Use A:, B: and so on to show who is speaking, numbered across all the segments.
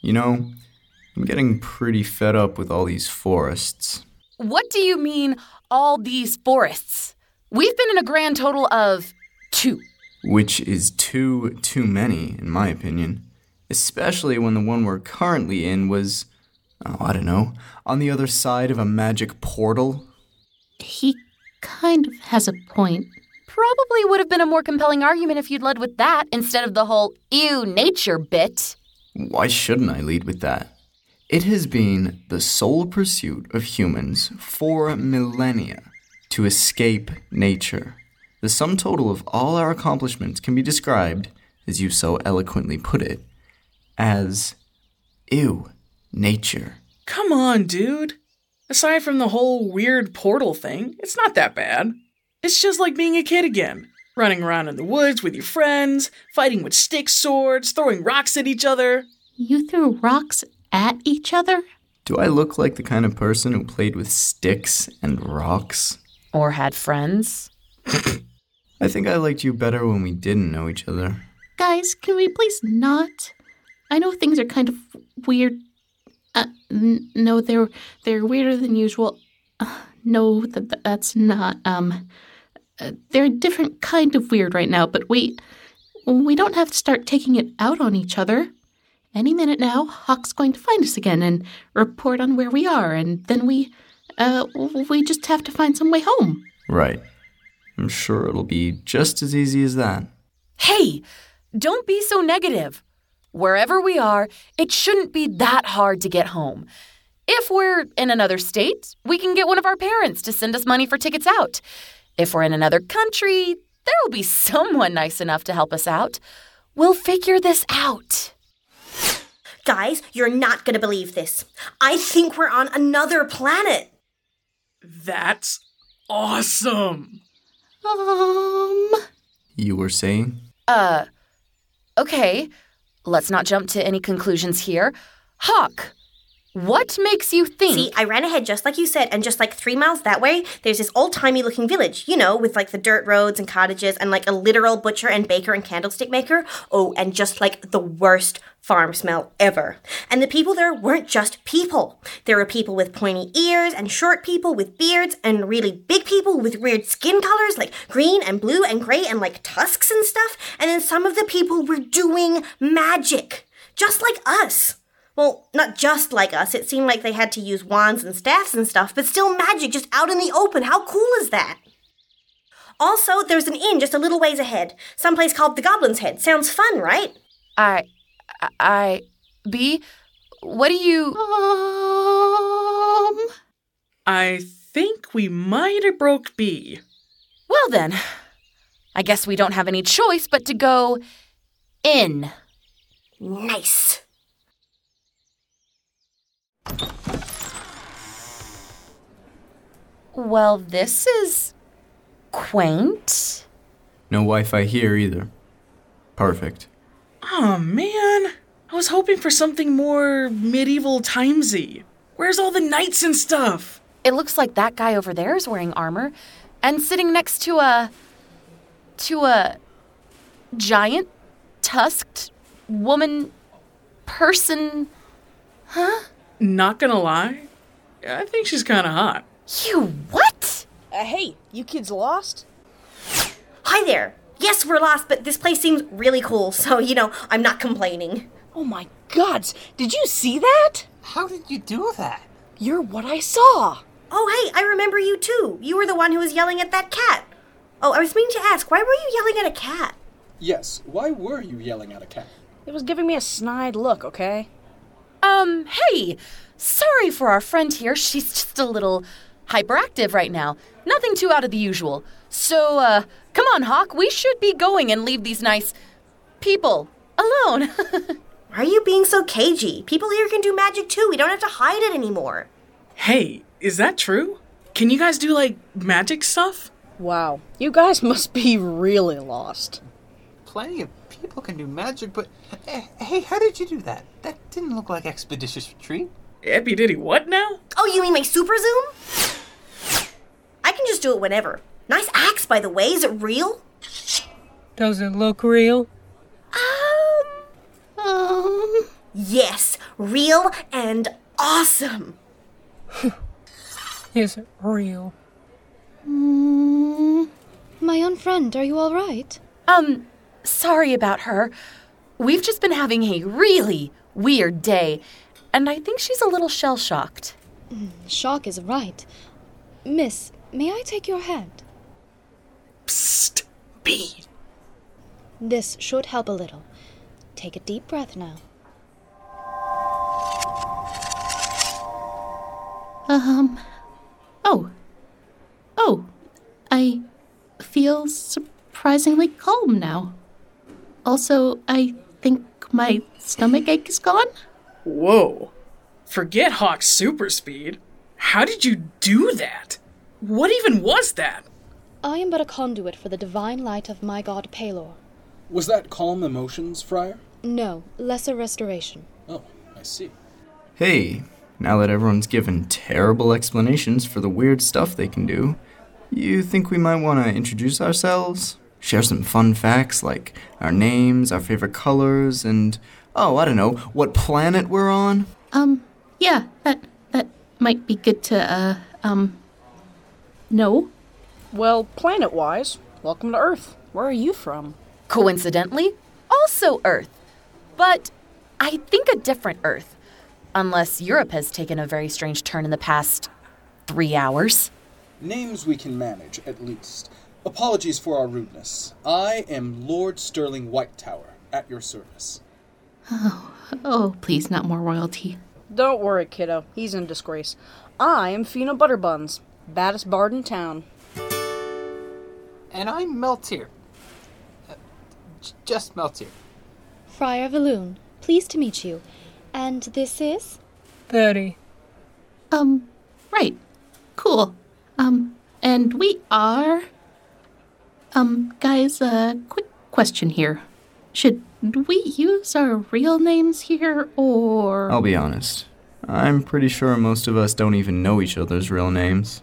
A: You know, I'm getting pretty fed up with all these forests.
B: What do you mean, all these forests? We've been in a grand total of two.
A: Which is too, too many, in my opinion. Especially when the one we're currently in was, oh, I don't know, on the other side of a magic portal.
C: He kind of has a point.
B: Probably would have been a more compelling argument if you'd led with that instead of the whole ew nature bit.
A: Why shouldn't I lead with that? It has been the sole pursuit of humans for millennia to escape nature. The sum total of all our accomplishments can be described, as you so eloquently put it, as ew, nature.
D: Come on, dude. Aside from the whole weird portal thing, it's not that bad. It's just like being a kid again. Running around in the woods with your friends, fighting with sticks, swords, throwing rocks at each other.
C: You threw rocks at each other?
A: Do I look like the kind of person who played with sticks and rocks?
B: Or had friends.
A: I think I liked you better when we didn't know each other.
C: Guys, can we please not? I know things are kind of weird. Uh, n- no, they're they're weirder than usual. Uh, no, th- th- that's not. Um, uh, they're a different kind of weird right now. But we we don't have to start taking it out on each other. Any minute now, Hawk's going to find us again and report on where we are, and then we uh, we just have to find some way home.
A: Right. I'm sure it'll be just as easy as that.
B: Hey, don't be so negative. Wherever we are, it shouldn't be that hard to get home. If we're in another state, we can get one of our parents to send us money for tickets out. If we're in another country, there will be someone nice enough to help us out. We'll figure this out.
E: Guys, you're not gonna believe this. I think we're on another planet.
D: That's awesome.
C: Um,
A: You were saying?
B: Uh, okay, let's not jump to any conclusions here. Hawk, what makes you think?
E: See, I ran ahead just like you said, and just like three miles that way, there's this old timey looking village, you know, with like the dirt roads and cottages and like a literal butcher and baker and candlestick maker. Oh, and just like the worst farm smell ever. And the people there weren't just people. There were people with pointy ears and short people with beards and really big people with weird skin colors like green and blue and gray and like tusks and stuff. And then some of the people were doing magic, just like us. Well, not just like us. It seemed like they had to use wands and staffs and stuff, but still magic just out in the open. How cool is that? Also, there's an inn just a little ways ahead, someplace called the Goblin's Head. Sounds fun, right?
B: I, I, B, what do you?
C: um.
D: I think we might have broke B.
B: Well then, I guess we don't have any choice but to go in.
E: Nice.
B: Well, this is quaint.
A: No Wi Fi here either. Perfect.
D: Oh man, I was hoping for something more medieval timesy. Where's all the knights and stuff?
B: It looks like that guy over there is wearing armor and sitting next to a to a giant tusked woman person.
D: Not gonna lie, I think she's kind of hot.
B: You what?
F: Uh, hey, you kids lost?
E: Hi there. Yes, we're lost, but this place seems really cool, so, you know, I'm not complaining.
F: Oh my gods, did you see that?
G: How did you do that?
F: You're what I saw.
E: Oh, hey, I remember you too. You were the one who was yelling at that cat. Oh, I was meaning to ask, why were you yelling at a cat?
G: Yes, why were you yelling at a cat?
F: It was giving me a snide look, okay?
B: Um, hey, sorry for our friend here. She's just a little hyperactive right now. Nothing too out of the usual. So, uh, come on, Hawk. We should be going and leave these nice people alone.
E: Why are you being so cagey? People here can do magic too. We don't have to hide it anymore.
D: Hey, is that true? Can you guys do like magic stuff?
F: Wow, you guys must be really lost.
G: Plenty of people can do magic, but eh, hey, how did you do that? That didn't look like expeditious retreat.
D: Epi diddy what now?
E: Oh, you mean my super zoom? I can just do it whenever. Nice axe, by the way. Is it real?
H: Does it look real?
E: Um.
C: Um,
E: Yes, real and awesome.
H: Is it real?
I: Mm. My own friend, are you all right?
B: Um, sorry about her. We've just been having a really weird day, and I think she's a little shell shocked.
I: Shock is right. Miss, may I take your hand?
D: Psst, Bean.
I: This should help a little. Take a deep breath now.
C: Um. Oh. Oh. I feel surprisingly calm now. Also, I think my stomach ache is gone.
D: Whoa. Forget Hawk's super speed. How did you do that? What even was that?
I: I am but a conduit for the divine light of my god Palor.
J: Was that calm emotions, Friar?
I: No, lesser restoration.
J: Oh, I see.
A: Hey, now that everyone's given terrible explanations for the weird stuff they can do, you think we might want to introduce ourselves? Share some fun facts like our names, our favorite colors, and oh, I don't know, what planet we're on?
C: Um. Yeah. That that might be good to. Uh. Um. No.
F: Well, planet wise, welcome to Earth. Where are you from?
B: Coincidentally, also Earth. But I think a different Earth. Unless Europe has taken a very strange turn in the past three hours.
J: Names we can manage, at least. Apologies for our rudeness. I am Lord Sterling Whitetower, at your service.
C: Oh, please, not more royalty.
F: Don't worry, kiddo. He's in disgrace. I am Fina Butterbuns, baddest bard in town.
G: And I'm Meltier. Uh, j- just Meltier.
I: Friar Valoon, pleased to meet you. And this is?
H: 30.
C: Um. Right. Cool. Um. And we are. Um, guys. Uh, quick question here. Should we use our real names here, or
A: I'll be honest. I'm pretty sure most of us don't even know each other's real names.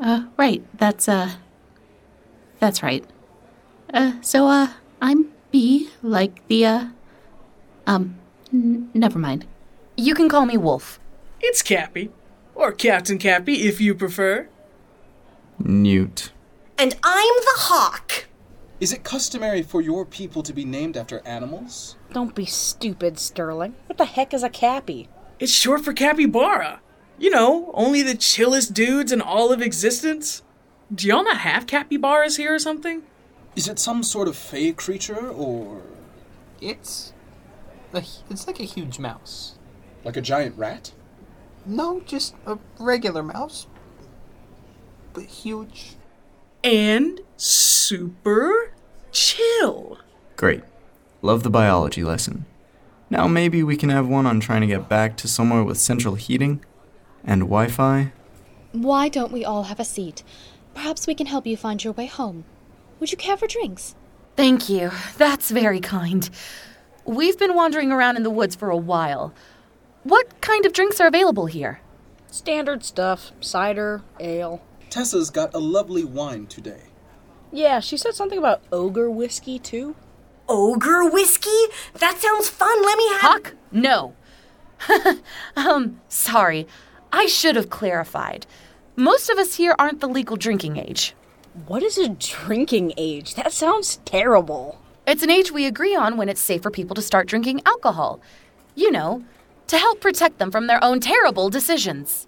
C: Uh, right. That's uh. That's right. Uh, so uh, I'm B, like the uh. Um, n- never mind.
B: You can call me Wolf.
D: It's Cappy. Or Captain Cappy, if you prefer.
A: Newt.
E: And I'm the hawk.
J: Is it customary for your people to be named after animals?
F: Don't be stupid, Sterling. What the heck is a cappy?
D: It's short for capybara. You know, only the chillest dudes in all of existence. Do y'all not have capybaras here or something?
J: Is it some sort of fey creature or
G: It's. A, hu- it's like a huge mouse.
J: like a giant rat?
G: No, just a regular mouse. But huge.
D: And super chill.
A: Great. Love the biology lesson. Now maybe we can have one on trying to get back to somewhere with central heating and Wi Fi.
I: Why don't we all have a seat? Perhaps we can help you find your way home. Would you care for drinks?
B: Thank you. That's very kind. We've been wandering around in the woods for a while. What kind of drinks are available here?
F: Standard stuff cider, ale.
J: Tessa's got a lovely wine today.
F: Yeah, she said something about ogre whiskey, too.
E: Ogre whiskey? That sounds fun. Let me have.
B: Hawk, no. um, sorry. I should have clarified. Most of us here aren't the legal drinking age.
F: What is a drinking age? That sounds terrible.
B: It's an age we agree on when it's safe for people to start drinking alcohol. You know, to help protect them from their own terrible decisions.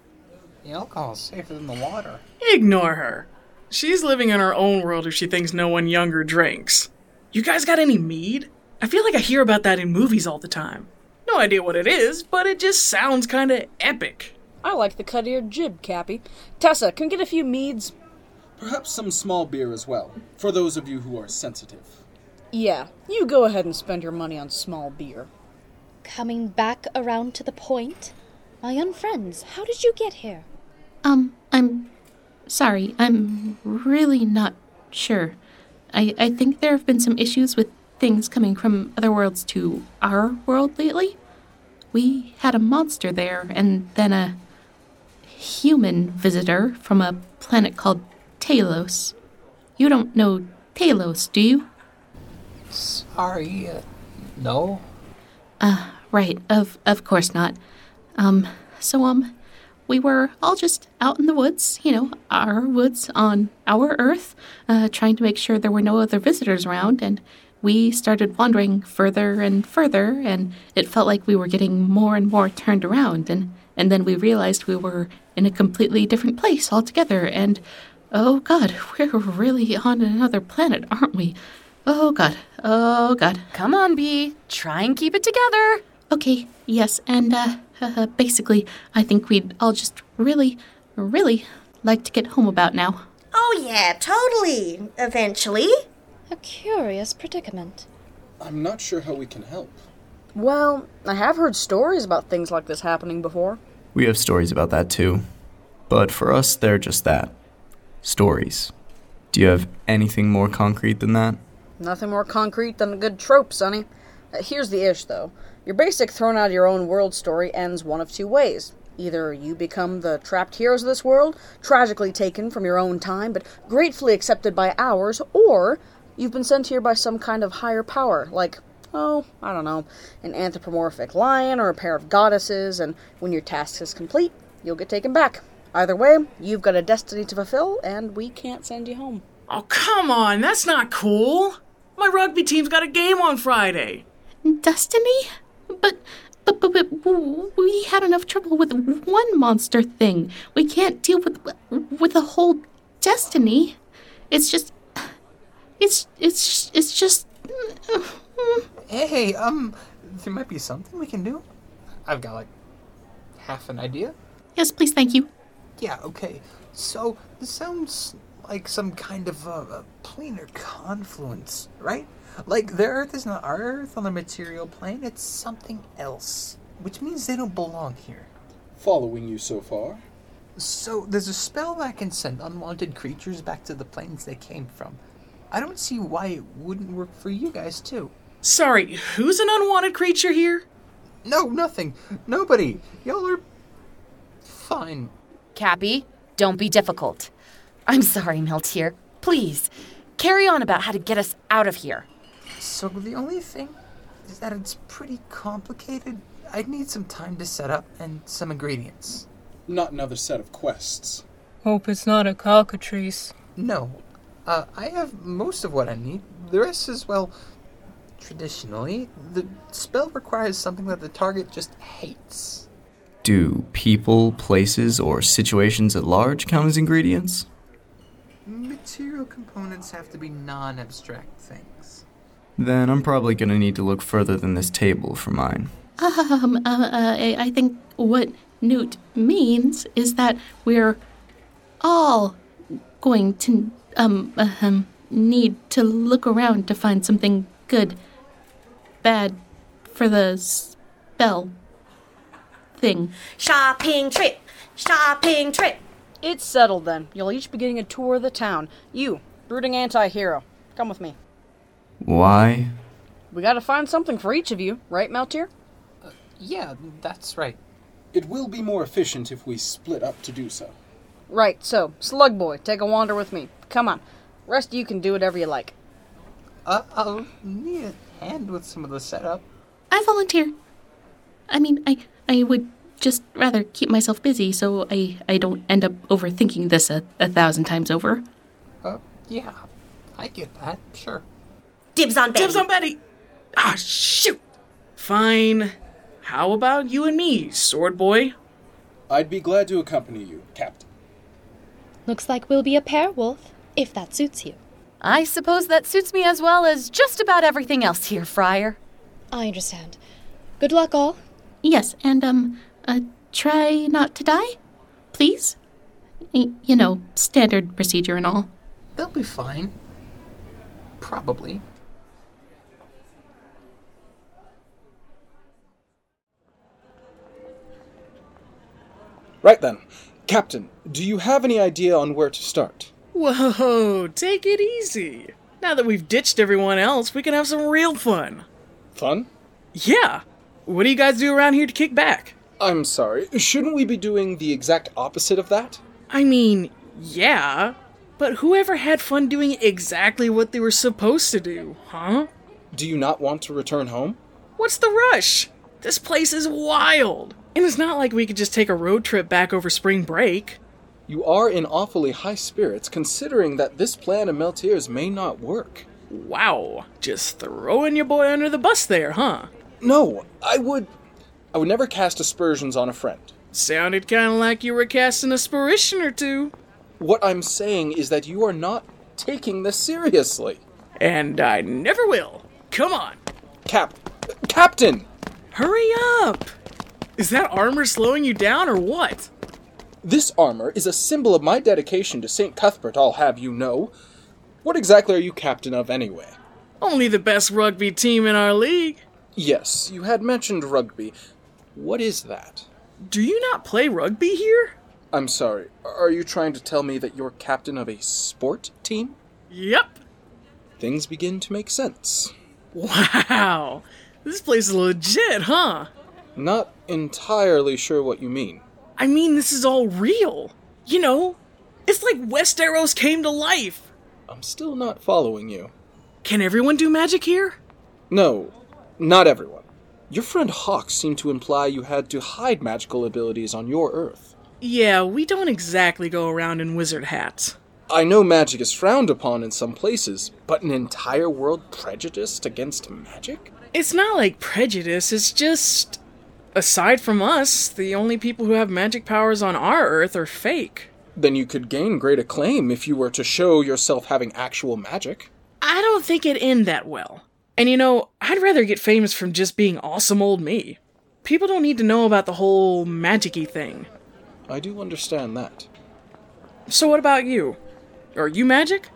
G: The alcohol's safer than the water.
D: Ignore her. She's living in her own world if she thinks no one younger drinks. You guys got any mead? I feel like I hear about that in movies all the time. No idea what it is, but it just sounds kinda epic.
F: I like the cut of your jib, Cappy. Tessa, can we get a few meads?
J: Perhaps some small beer as well, for those of you who are sensitive.
F: Yeah, you go ahead and spend your money on small beer.
I: Coming back around to the point? My own friends, how did you get here?
C: Um, I'm sorry. I'm really not sure. I I think there have been some issues with things coming from other worlds to our world lately. We had a monster there, and then a human visitor from a planet called Talos. You don't know Talos, do you?
G: Sorry. Uh, no.
C: Right, of of course not. Um, so um, we were all just out in the woods, you know, our woods on our earth, uh, trying to make sure there were no other visitors around, and we started wandering further and further, and it felt like we were getting more and more turned around, and and then we realized we were in a completely different place altogether, and oh God, we're really on another planet, aren't we? Oh God, oh God.
B: Come on, Bee. Try and keep it together.
C: Okay, yes, and uh, uh, basically, I think we'd all just really, really like to get home about now.
E: Oh, yeah, totally. Eventually.
I: A curious predicament.
J: I'm not sure how we can help.
F: Well, I have heard stories about things like this happening before.
A: We have stories about that too. But for us, they're just that stories. Do you have anything more concrete than that?
F: Nothing more concrete than a good trope, Sonny. Uh, Here's the ish, though. Your basic thrown out of your own world story ends one of two ways. Either you become the trapped heroes of this world, tragically taken from your own time, but gratefully accepted by ours, or you've been sent here by some kind of higher power, like, oh, I don't know, an anthropomorphic lion or a pair of goddesses, and when your task is complete, you'll get taken back. Either way, you've got a destiny to fulfill, and we can't send you home.
D: Oh, come on, that's not cool. My rugby team's got a game on Friday.
C: Destiny? But, but, but, but w- we had enough trouble with one monster thing. We can't deal with with a whole destiny. It's just, it's it's it's just.
G: Hey, um, there might be something we can do. I've got like half an idea.
C: Yes, please, thank you.
G: Yeah, okay. So, this sounds like some kind of uh, a, a planar confluence, right? Like, the Earth is not our Earth on the material plane, it's something else, which means they don't belong here.
J: Following you so far?
G: So, there's a spell that can send unwanted creatures back to the planes they came from. I don't see why it wouldn't work for you guys, too.
D: Sorry, who's an unwanted creature here?
G: No, nothing. Nobody. Y'all are fine.
B: Cappy, don't be difficult. I'm sorry, Meltier. Please, carry on about how to get us out of here.
G: So the only thing is that it's pretty complicated. I'd need some time to set up and some ingredients.
J: Not another set of quests.
H: Hope it's not a cockatrice.
G: No, uh, I have most of what I need. The rest is, well, traditionally, the spell requires something that the target just hates.
A: Do people, places, or situations at large count as ingredients?
G: Material components have to be non abstract things.
A: Then I'm probably gonna need to look further than this table for mine.
C: Um, uh, uh, I I think what Newt means is that we're all going to um, uh, um need to look around to find something good, bad for the spell thing.
E: Shopping trip. Shopping trip.
F: It's settled then. You'll each be getting a tour of the town. You, brooding anti hero, come with me.
A: Why?
F: We gotta find something for each of you, right, Meltier?
G: Uh, Yeah, that's right.
J: It will be more efficient if we split up to do so.
F: Right, so, Slug Boy, take a wander with me. Come on. Rest of you can do whatever you like.
G: Uh, I'll need a hand with some of the setup.
C: I volunteer. I mean, I I would just rather keep myself busy so I I don't end up overthinking this a, a thousand times over.
G: Uh, yeah, I get that, sure.
E: Dibs on Betty.
D: Dibs on Betty! Ah, shoot! Fine. How about you and me, Sword Boy?
J: I'd be glad to accompany you, Captain.
I: Looks like we'll be a pair, Wolf, if that suits you.
B: I suppose that suits me as well as just about everything else here, Friar.
I: I understand. Good luck, all.
C: Yes, and um, uh, try not to die, please. Y- you know, standard procedure and all.
G: They'll be fine. Probably.
J: Right then. Captain, do you have any idea on where to start?
D: Whoa, take it easy. Now that we've ditched everyone else, we can have some real fun.
J: Fun?
D: Yeah. What do you guys do around here to kick back?
J: I'm sorry. Shouldn't we be doing the exact opposite of that?
D: I mean, yeah. But whoever had fun doing exactly what they were supposed to do, huh?
J: Do you not want to return home?
D: What's the rush? This place is wild. And it's not like we could just take a road trip back over spring break.
J: You are in awfully high spirits considering that this plan of Meltier's may not work.
D: Wow, just throwing your boy under the bus there, huh?
J: No, I would. I would never cast aspersions on a friend.
D: Sounded kind of like you were casting a spirition or two.
J: What I'm saying is that you are not taking this seriously.
D: And I never will. Come on.
J: Cap. Captain!
D: Hurry up! Is that armor slowing you down or what?
J: This armor is a symbol of my dedication to St. Cuthbert, I'll have you know. What exactly are you captain of, anyway?
D: Only the best rugby team in our league.
J: Yes, you had mentioned rugby. What is that?
D: Do you not play rugby here?
J: I'm sorry, are you trying to tell me that you're captain of a sport team?
D: Yep.
J: Things begin to make sense.
D: Wow. This place is legit, huh?
J: Not entirely sure what you mean.
D: I mean, this is all real. You know, it's like West Arrows came to life.
J: I'm still not following you.
D: Can everyone do magic here?
J: No, not everyone. Your friend Hawk seemed to imply you had to hide magical abilities on your Earth.
D: Yeah, we don't exactly go around in wizard hats.
J: I know magic is frowned upon in some places, but an entire world prejudiced against magic?
D: It's not like prejudice, it's just. Aside from us, the only people who have magic powers on our Earth are fake.
J: Then you could gain great acclaim if you were to show yourself having actual magic.
D: I don't think it'd end that well. And you know, I'd rather get famous from just being awesome old me. People don't need to know about the whole magic y thing.
J: I do understand that.
D: So, what about you? Are you magic?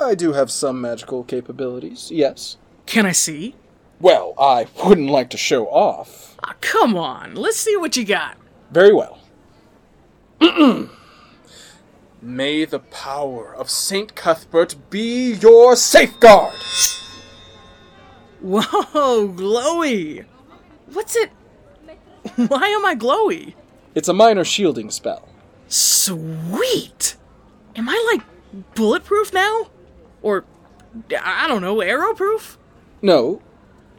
J: I do have some magical capabilities, yes.
D: Can I see?
J: Well, I wouldn't like to show off.
D: Ah, come on, let's see what you got.
J: Very well. May the power of St. Cuthbert be your safeguard!
D: Whoa, glowy! What's it? Why am I glowy?
J: It's a minor shielding spell.
D: Sweet! Am I like bulletproof now? Or, I don't know, arrowproof?
J: No,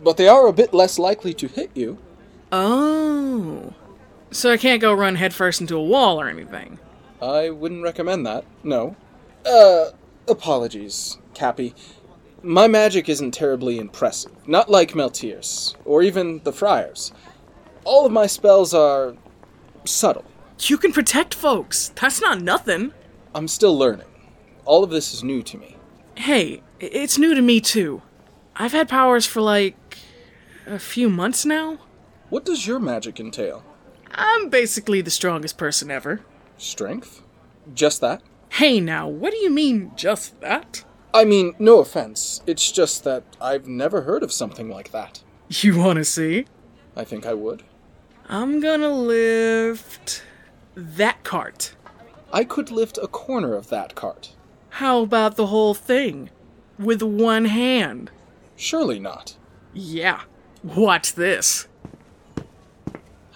J: but they are a bit less likely to hit you.
D: Oh. So I can't go run headfirst into a wall or anything.
J: I wouldn't recommend that, no. Uh, apologies, Cappy. My magic isn't terribly impressive, not like Meltier's, or even the Friar's. All of my spells are subtle.
D: You can protect folks. That's not nothing.
J: I'm still learning. All of this is new to me.
D: Hey, it's new to me too. I've had powers for like a few months now.
J: What does your magic entail?
D: I'm basically the strongest person ever.
J: Strength? Just that?
D: Hey now, what do you mean just that?
J: I mean, no offense. It's just that I've never heard of something like that.
D: You wanna see?
J: I think I would.
D: I'm gonna lift that cart.
J: I could lift a corner of that cart.
D: How about the whole thing? With one hand.
J: Surely not.
D: Yeah. Watch this.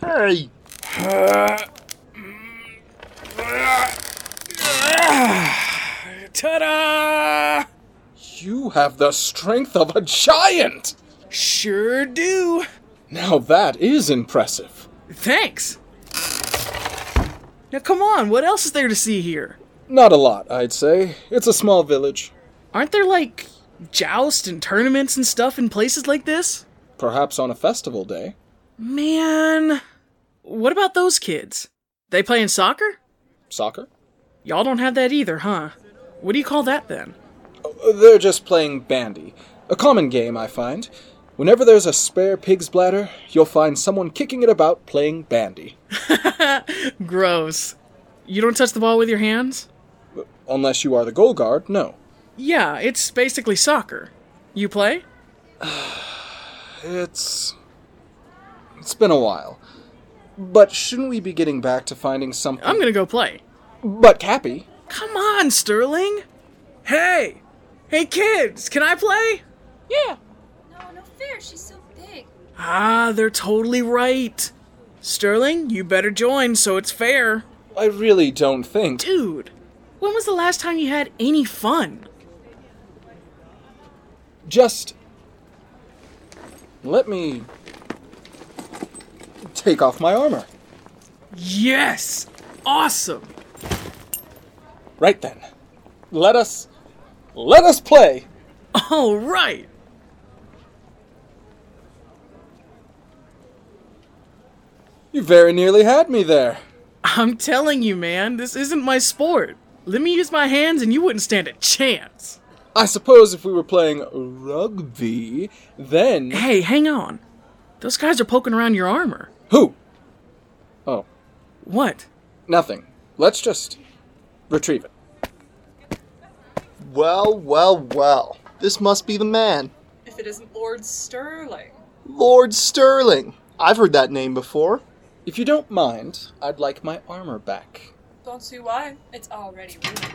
J: Hey!
D: Ta da!
J: You have the strength of a giant!
D: Sure do.
J: Now that is impressive.
D: Thanks. Now come on, what else is there to see here?
J: Not a lot, I'd say. It's a small village.
D: Aren't there like joust and tournaments and stuff in places like this?
J: Perhaps on a festival day.
D: Man, what about those kids? They playing soccer?
J: Soccer?
D: Y'all don't have that either, huh? What do you call that then?
J: Oh, They're just playing bandy. A common game, I find. Whenever there's a spare pig's bladder, you'll find someone kicking it about playing bandy.
D: Gross. You don't touch the ball with your hands?
J: Unless you are the goal guard, no.
D: Yeah, it's basically soccer. You play?
J: It's. It's been a while. But shouldn't we be getting back to finding something?
D: I'm gonna go play.
J: But Cappy,
D: Come on, Sterling! Hey! Hey kids, can I play?
H: Yeah.
K: No, no fair. She's so big.
D: Ah, they're totally right. Sterling, you better join so it's fair.
J: I really don't think.
D: Dude, when was the last time you had any fun?
J: Just. Let me.
D: take off my armor.
L: Yes! Awesome!
D: Right then. Let us. Let us play!
L: All right!
D: You very nearly had me there.
L: I'm telling you, man, this isn't my sport. Let me use my hands and you wouldn't stand a chance.
D: I suppose if we were playing rugby, then.
L: Hey, hang on. Those guys are poking around your armor.
D: Who? Oh.
L: What?
D: Nothing. Let's just retrieve it.
M: Well, well, well. This must be the man.
N: If it isn't Lord Sterling.
M: Lord Sterling! I've heard that name before.
D: If you don't mind, I'd like my armor back.
N: Don't see why. It's already ruined.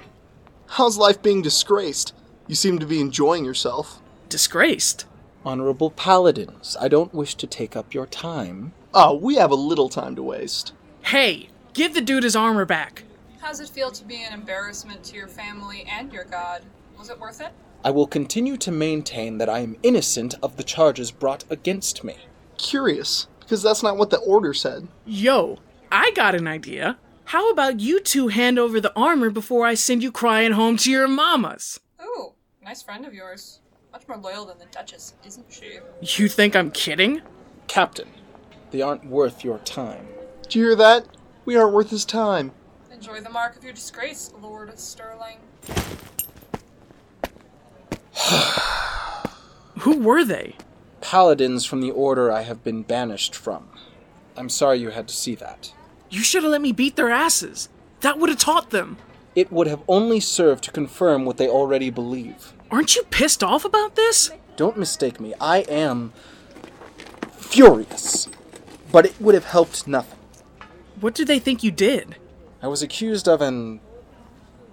M: How's life being disgraced? You seem to be enjoying yourself.
L: Disgraced?
D: Honorable paladins, I don't wish to take up your time.
M: Oh, we have a little time to waste.
L: Hey, give the dude his armor back.
N: How's it feel to be an embarrassment to your family and your god? Was it worth it?
D: I will continue to maintain that I am innocent of the charges brought against me.
M: Curious, because that's not what the order said.
L: Yo, I got an idea. How about you two hand over the armor before I send you crying home to your mamas?
N: Ooh, nice friend of yours. Much more loyal than the Duchess, isn't she?
L: You think I'm kidding?
D: Captain, they aren't worth your time.
M: Do you hear that? We aren't worth his time.
N: Enjoy the mark of your disgrace, Lord Sterling.
L: Who were they?
D: Paladins from the order I have been banished from. I'm sorry you had to see that.
L: You should have let me beat their asses. That would have taught them.
D: It would have only served to confirm what they already believe.
L: Aren't you pissed off about this?
D: Don't mistake me. I am furious. But it would have helped nothing.
L: What do they think you did?
D: I was accused of an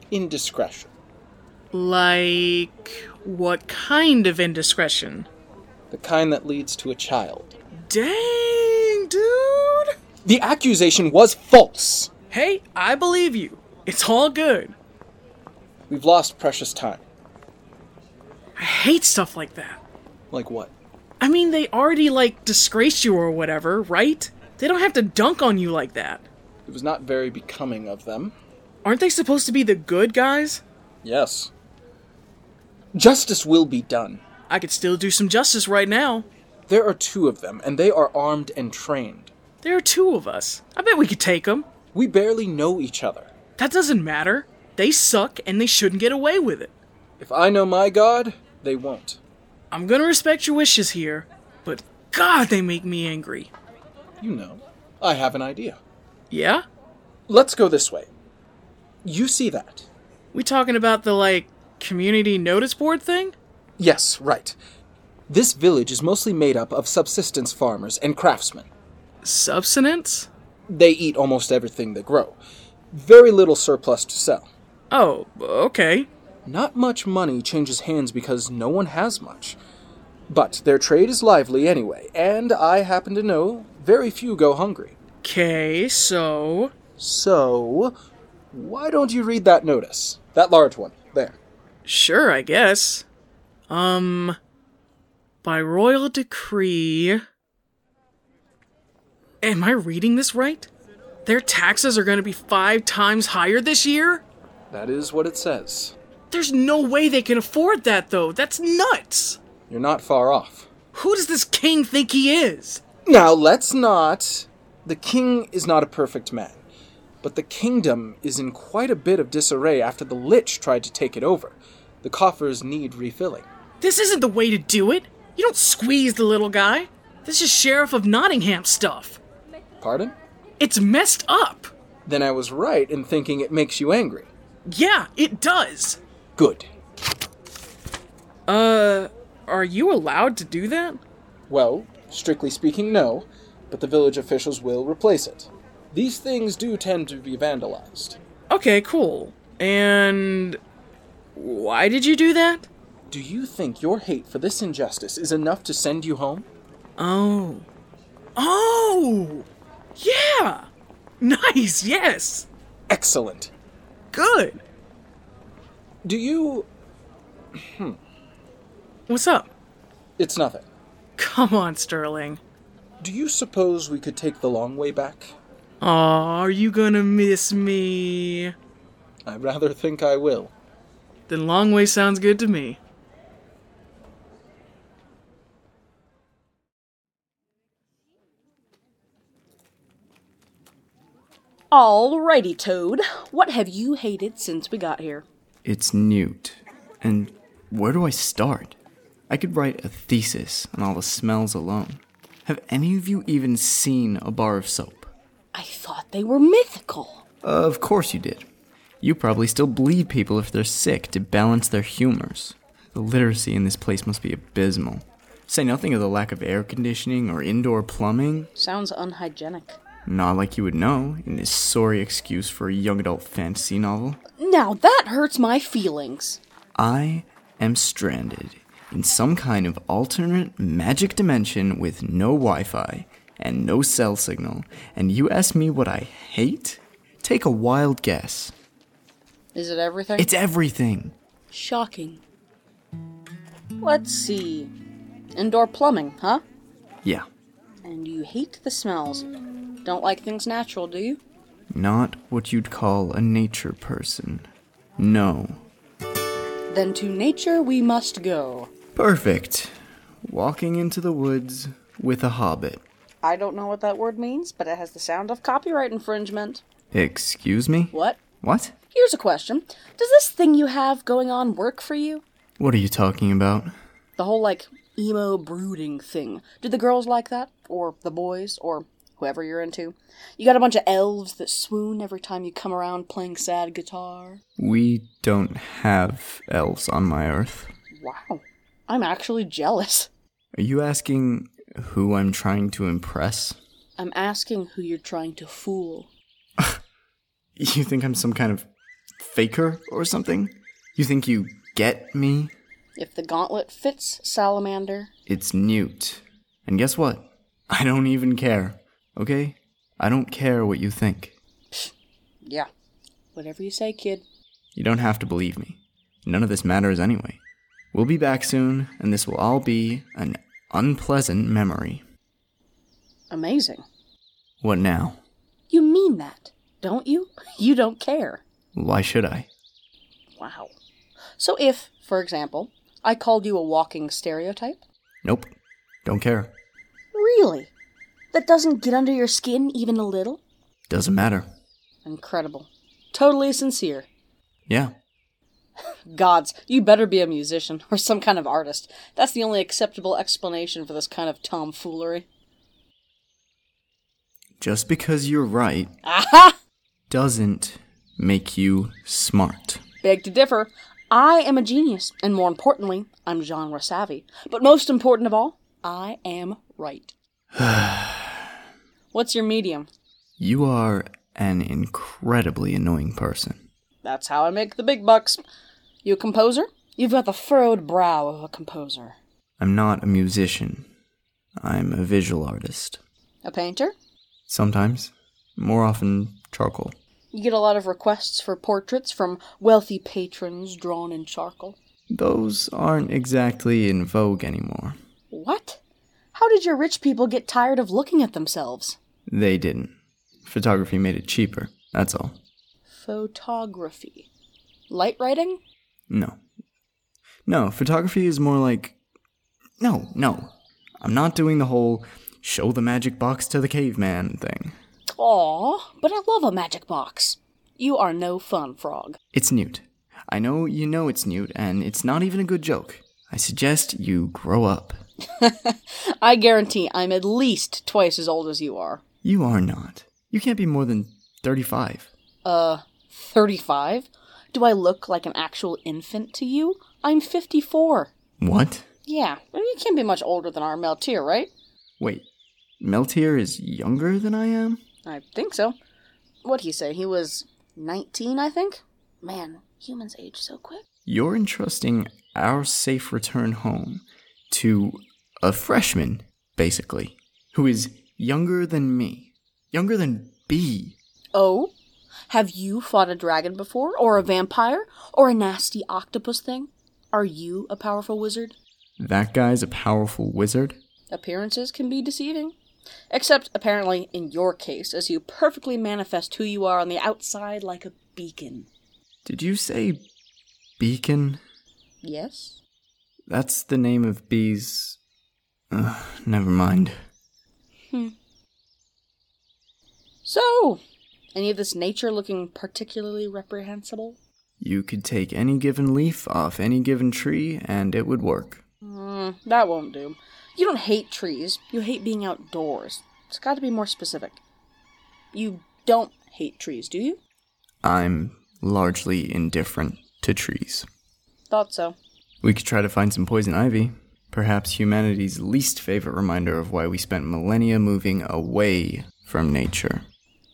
D: indiscretion.
L: Like what kind of indiscretion?
D: The kind that leads to a child.
L: Dang, dude!
D: The accusation was false.
L: Hey, I believe you. It's all good.
D: We've lost precious time.
L: I hate stuff like that.
D: Like what?
L: I mean, they already, like, disgraced you or whatever, right? They don't have to dunk on you like that.
D: It was not very becoming of them.
L: Aren't they supposed to be the good guys?
D: Yes. Justice will be done.
L: I could still do some justice right now.
D: There are two of them, and they are armed and trained.
L: There are two of us. I bet we could take them.
D: We barely know each other.
L: That doesn't matter. They suck and they shouldn't get away with it.
D: If I know my god, they won't.
L: I'm gonna respect your wishes here, but god, they make me angry.
D: You know, I have an idea.
L: Yeah?
D: Let's go this way. You see that?
L: We talking about the, like, community notice board thing?
D: Yes, right. This village is mostly made up of subsistence farmers and craftsmen
L: subsistence?
D: They eat almost everything they grow. Very little surplus to sell.
L: Oh, okay.
D: Not much money changes hands because no one has much. But their trade is lively anyway, and I happen to know very few go hungry.
L: Okay, so.
D: So, why don't you read that notice? That large one, there.
L: Sure, I guess. Um. By royal decree. Am I reading this right? Their taxes are going to be five times higher this year?
D: That is what it says.
L: There's no way they can afford that, though. That's nuts.
D: You're not far off.
L: Who does this king think he is?
D: Now, let's not. The king is not a perfect man, but the kingdom is in quite a bit of disarray after the Lich tried to take it over. The coffers need refilling.
L: This isn't the way to do it. You don't squeeze the little guy. This is Sheriff of Nottingham stuff.
D: Pardon?
L: It's messed up!
D: Then I was right in thinking it makes you angry.
L: Yeah, it does!
D: Good.
L: Uh, are you allowed to do that?
D: Well, strictly speaking, no, but the village officials will replace it. These things do tend to be vandalized.
L: Okay, cool. And. why did you do that?
D: Do you think your hate for this injustice is enough to send you home?
L: Oh. Oh! Yeah! Nice, yes!
D: Excellent.
L: Good!
D: Do you. Hmm.
L: What's up?
D: It's nothing.
L: Come on, Sterling.
J: Do you suppose we could take the long way back?
D: Aw, are you gonna miss me?
J: I rather think I will.
D: Then long way sounds good to me.
F: Alrighty, Toad. What have you hated since we got here?
A: It's Newt. And where do I start? I could write a thesis on all the smells alone. Have any of you even seen a bar of soap?
F: I thought they were mythical.
A: of course you did. You probably still bleed people if they're sick to balance their humors. The literacy in this place must be abysmal. Say nothing of the lack of air conditioning or indoor plumbing.
F: Sounds unhygienic.
A: Not like you would know in this sorry excuse for a young adult fantasy novel.
F: Now that hurts my feelings.
A: I am stranded in some kind of alternate magic dimension with no Wi Fi and no cell signal, and you ask me what I hate? Take a wild guess.
F: Is it everything?
A: It's everything.
F: Shocking. Let's see. Indoor plumbing, huh?
A: Yeah,
F: And you hate the smells. Don't like things natural, do you?
A: not what you'd call a nature person. No.
F: Then to nature we must go.
A: Perfect. Walking into the woods with a hobbit.
F: I don't know what that word means, but it has the sound of copyright infringement.
A: Excuse me?
F: What?
A: What?
F: Here's a question. Does this thing you have going on work for you?
A: What are you talking about?
F: The whole, like, emo brooding thing. Do the girls like that? Or the boys? Or whoever you're into? You got a bunch of elves that swoon every time you come around playing sad guitar?
A: We don't have elves on my earth.
F: Wow. I'm actually jealous.
A: Are you asking who I'm trying to impress?
F: I'm asking who you're trying to fool.
A: You think I'm some kind of faker or something? You think you get me?
F: If the gauntlet fits, salamander.
A: It's Newt. And guess what? I don't even care. Okay? I don't care what you think.
F: Yeah. Whatever you say, kid.
A: You don't have to believe me. None of this matters anyway. We'll be back soon, and this will all be an unpleasant memory.
F: Amazing.
A: What now?
F: You mean that, don't you? You don't care.
A: Why should I?
F: Wow. So if, for example, I called you a walking stereotype?
A: Nope. Don't care.
F: Really? That doesn't get under your skin even a little?
A: Doesn't matter.
F: Incredible. Totally sincere.
A: Yeah.
F: Gods, you better be a musician or some kind of artist. That's the only acceptable explanation for this kind of tomfoolery.
A: Just because you're right
F: Aha!
A: doesn't make you smart.
F: Beg to differ. I am a genius, and more importantly, I'm genre savvy. But most important of all, I am right. What's your medium?
A: You are an incredibly annoying person.
F: That's how I make the big bucks. You a composer? You've got the furrowed brow of a composer.
A: I'm not a musician. I'm a visual artist.
F: A painter?
A: Sometimes. More often, charcoal.
F: You get a lot of requests for portraits from wealthy patrons drawn in charcoal.
A: Those aren't exactly in vogue anymore.
F: What? How did your rich people get tired of looking at themselves?
A: They didn't. Photography made it cheaper, that's all.
F: Photography. Light writing?
A: No. No, photography is more like. No, no. I'm not doing the whole show the magic box to the caveman thing.
F: Aw, but I love a magic box. You are no fun, Frog.
A: It's Newt. I know you know it's Newt, and it's not even a good joke. I suggest you grow up.
F: I guarantee I'm at least twice as old as you are.
A: You are not. You can't be more than 35.
F: Uh, 35? Do I look like an actual infant to you? I'm 54.
A: What?
F: Yeah, well, you can't be much older than our Meltier, right?
A: Wait, Meltier is younger than I am?
F: I think so. What'd he say? He was 19, I think? Man, humans age so quick.
A: You're entrusting our safe return home to a freshman, basically, who is younger than me. Younger than B.
F: Oh? Have you fought a dragon before? Or a vampire? Or a nasty octopus thing? Are you a powerful wizard?
A: That guy's a powerful wizard.
F: Appearances can be deceiving. Except, apparently, in your case, as you perfectly manifest who you are on the outside like a beacon.
A: Did you say Beacon?
F: Yes?
A: That's the name of Bee's. Ugh, never mind.
F: Hmm. So, any of this nature looking particularly reprehensible?
A: You could take any given leaf off any given tree and it would work.
F: Mm, that won't do. You don't hate trees, you hate being outdoors. It's got to be more specific. You don't hate trees, do you?
A: I'm largely indifferent to trees.
F: Thought so.
A: We could try to find some poison ivy. Perhaps humanity's least favorite reminder of why we spent millennia moving away from nature.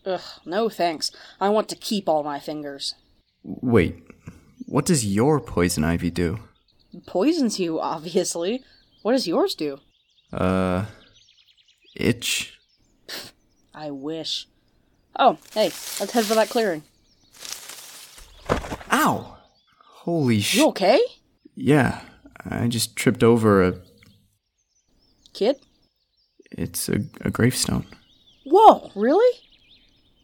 F: Ugh, no thanks. I want to keep all my fingers.
A: Wait, what does your poison ivy do?
F: Poisons you, obviously. What does yours do?
A: Uh, itch.
F: I wish. Oh, hey, let's head for that clearing.
A: Ow! Holy sh.
F: You okay?
A: Yeah, I just tripped over a.
F: Kid?
A: It's a, a gravestone.
F: Whoa, really?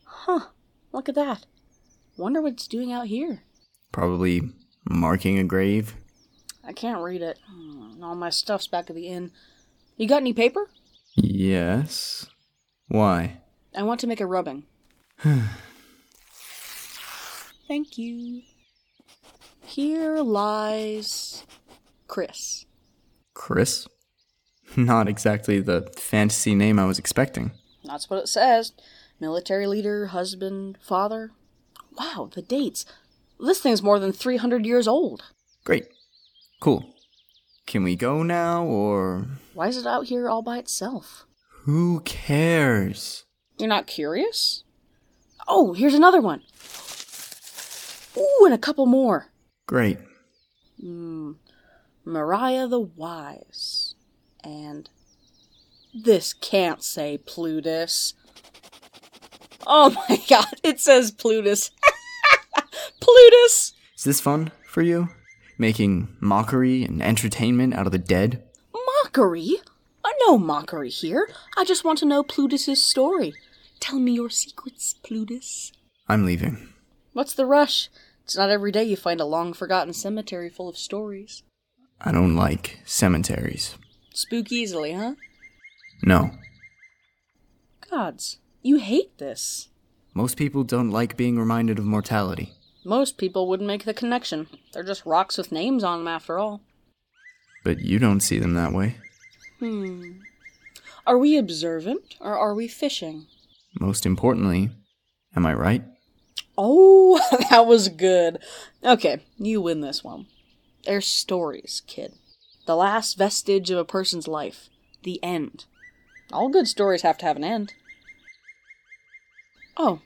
F: Huh, look at that. Wonder what it's doing out here.
A: Probably marking a grave.
F: I can't read it. Hmm, All my stuff's back at the inn. You got any paper?
A: Yes. Why?
F: I want to make a rubbing. Thank you. Here lies Chris.
A: Chris? Not exactly the fantasy name I was expecting.
F: That's what it says. Military leader, husband, father. Wow, the dates. This thing's more than 300 years old.
A: Great. Cool. Can we go now, or.
F: Why is it out here all by itself?
A: Who cares?
F: You're not curious? Oh, here's another one. Ooh, and a couple more.
A: Great.
F: Mm, Mariah the Wise. And this can't say Plutus. Oh my god, it says Plutus. Plutus!
A: Is this fun for you? Making mockery and entertainment out of the dead?
F: Mockery? Uh, no mockery here. I just want to know Plutus's story. Tell me your secrets, Plutus.
A: I'm leaving.
F: What's the rush? It's not every day you find a long forgotten cemetery full of stories.
A: I don't like cemeteries.
F: Spook easily, huh?
A: No.
F: Gods, you hate this.
A: Most people don't like being reminded of mortality.
F: Most people wouldn't make the connection. They're just rocks with names on them, after all.
A: But you don't see them that way.
F: Hmm. Are we observant or are we fishing?
A: Most importantly, am I right?
F: Oh, that was good. Okay, you win this one. They're stories, kid. The last vestige of a person's life. The end. All good stories have to have an end. Oh,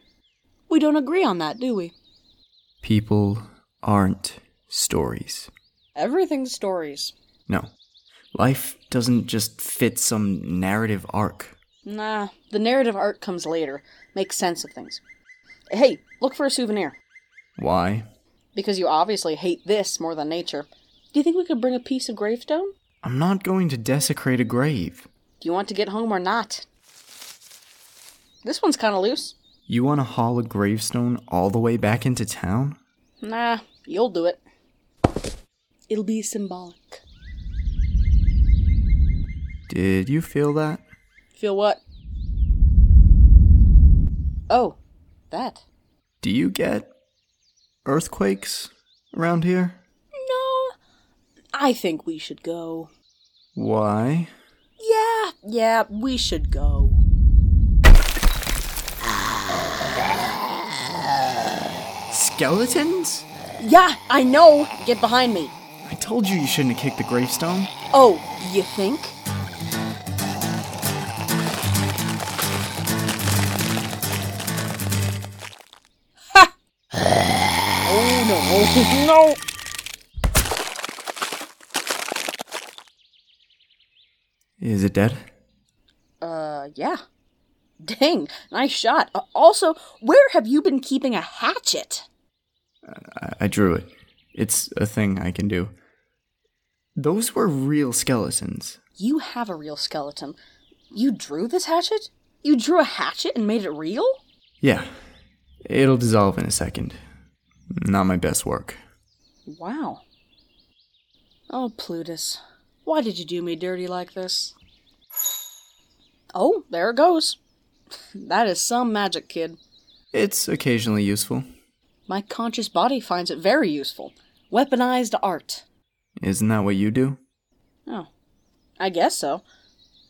F: we don't agree on that, do we?
A: People aren't stories.
F: Everything's stories.
A: No. Life doesn't just fit some narrative arc.
F: Nah, the narrative art comes later. Makes sense of things. Hey, look for a souvenir.
A: Why?
F: Because you obviously hate this more than nature. Do you think we could bring a piece of gravestone?
A: I'm not going to desecrate a grave.
F: Do you want to get home or not? This one's kind of loose.
A: You want to haul a gravestone all the way back into town?
F: Nah, you'll do it. It'll be symbolic.
A: Did you feel that?
F: Feel what? Oh, that.
A: Do you get earthquakes around here?
F: No, I think we should go.
A: Why?
F: Yeah, yeah, we should go.
A: Skeletons?
F: Yeah, I know. Get behind me.
A: I told you you shouldn't have kicked the gravestone.
F: Oh, you think? Oh no.
A: Is it dead?
F: Uh, yeah. Dang, nice shot. Uh, also, where have you been keeping a hatchet?
A: I, I drew it. It's a thing I can do. Those were real skeletons.
F: You have a real skeleton. You drew this hatchet? You drew a hatchet and made it real?
A: Yeah, it'll dissolve in a second. Not my best work.
F: Wow. Oh, Plutus. Why did you do me dirty like this? Oh, there it goes. That is some magic, kid.
A: It's occasionally useful.
F: My conscious body finds it very useful. Weaponized art.
A: Isn't that what you do?
F: Oh, I guess so.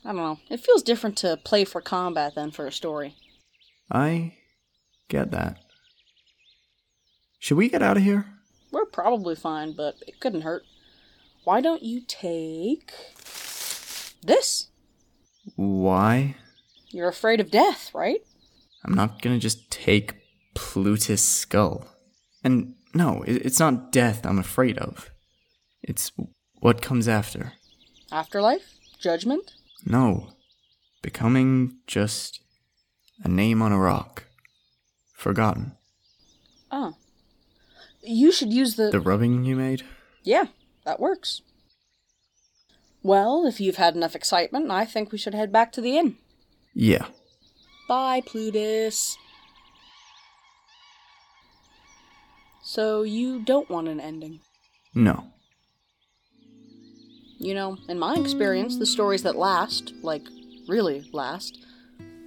F: I don't know. It feels different to play for combat than for a story.
A: I get that. Should we get out of here?
F: We're probably fine, but it couldn't hurt. Why don't you take this?
A: Why?
F: You're afraid of death, right?
A: I'm not gonna just take Plutus' skull. And no, it- it's not death I'm afraid of. It's what comes after.
F: Afterlife? Judgment?
A: No. Becoming just a name on a rock. Forgotten.
F: Oh. You should use the.
A: The rubbing you made?
F: yeah, that works. Well, if you've had enough excitement, I think we should head back to the inn.
A: Yeah.
F: Bye, Plutus. So, you don't want an ending.
A: No.
F: You know, in my experience, the stories that last, like really last,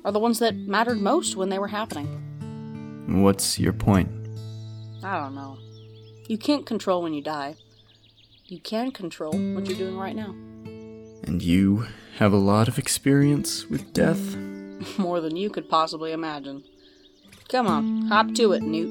F: are the ones that mattered most when they were happening.
A: What's your point?
F: I don't know. You can't control when you die. You can control what you're doing right now.
A: And you have a lot of experience with death?
F: More than you could possibly imagine. Come on, hop to it, Newt.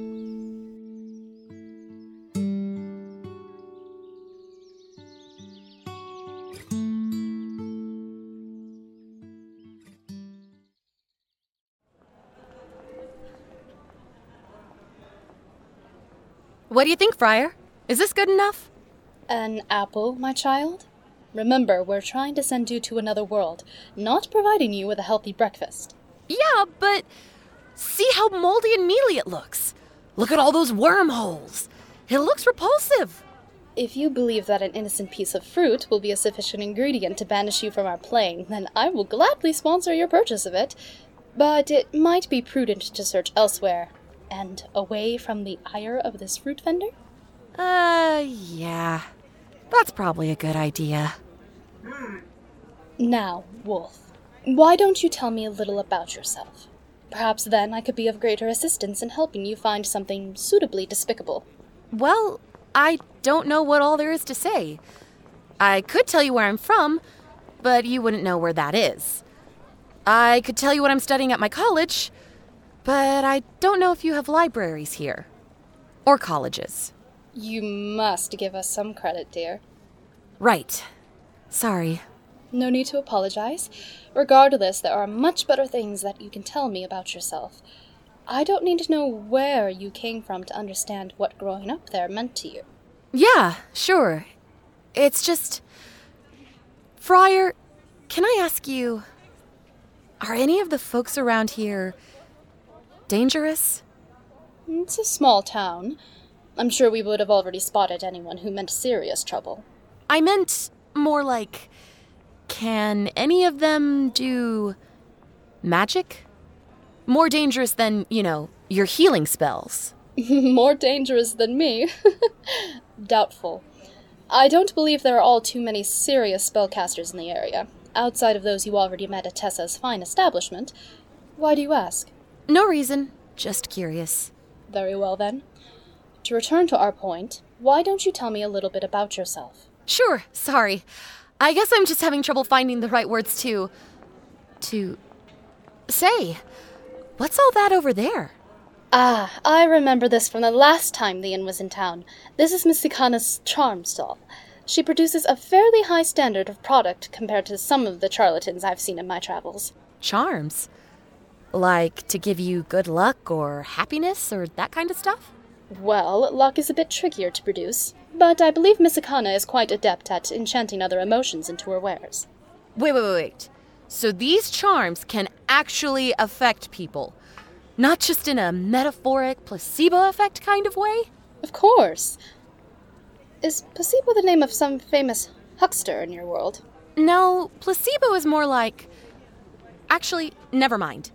B: What do you think, Friar? Is this good enough?
I: An apple, my child? Remember, we're trying to send you to another world, not providing you with a healthy breakfast.
B: Yeah, but see how moldy and mealy it looks. Look at all those wormholes. It looks repulsive.
I: If you believe that an innocent piece of fruit will be a sufficient ingredient to banish you from our plane, then I will gladly sponsor your purchase of it. But it might be prudent to search elsewhere and away from the ire of this fruit vendor.
B: Uh, yeah. That's probably a good idea.
I: Now, Wolf, why don't you tell me a little about yourself? Perhaps then I could be of greater assistance in helping you find something suitably despicable.
B: Well, I don't know what all there is to say. I could tell you where I'm from, but you wouldn't know where that is. I could tell you what I'm studying at my college, but I don't know if you have libraries here or colleges.
I: You must give us some credit, dear.
B: Right. Sorry.
I: No need to apologize. Regardless, there are much better things that you can tell me about yourself. I don't need to know where you came from to understand what growing up there meant to you.
B: Yeah, sure. It's just. Friar, can I ask you. Are any of the folks around here. dangerous?
I: It's a small town. I'm sure we would have already spotted anyone who meant serious trouble.
B: I meant more like. Can any of them do. magic? More dangerous than, you know, your healing spells.
I: More dangerous than me. Doubtful. I don't believe there are all too many serious spellcasters in the area, outside of those you already met at Tessa's fine establishment. Why do you ask?
B: No reason, just curious.
I: Very well then. To return to our point, why don't you tell me a little bit about yourself?
B: Sure, sorry. I guess I'm just having trouble finding the right words to. to. say. What's all that over there?
I: Ah, I remember this from the last time the inn was in town. This is Miss Sikana's charm stall. She produces a fairly high standard of product compared to some of the charlatans I've seen in my travels.
B: Charms. Like to give you good luck or happiness or that kind of stuff?
I: Well, luck is a bit trickier to produce, but I believe Miss Sikana is quite adept at enchanting other emotions into her wares.
B: Wait, wait, wait, wait. So these charms can actually affect people. Not just in a metaphoric placebo effect kind of way?
I: Of course. Is placebo the name of some famous huckster in your world?
B: No, placebo is more like Actually, never mind.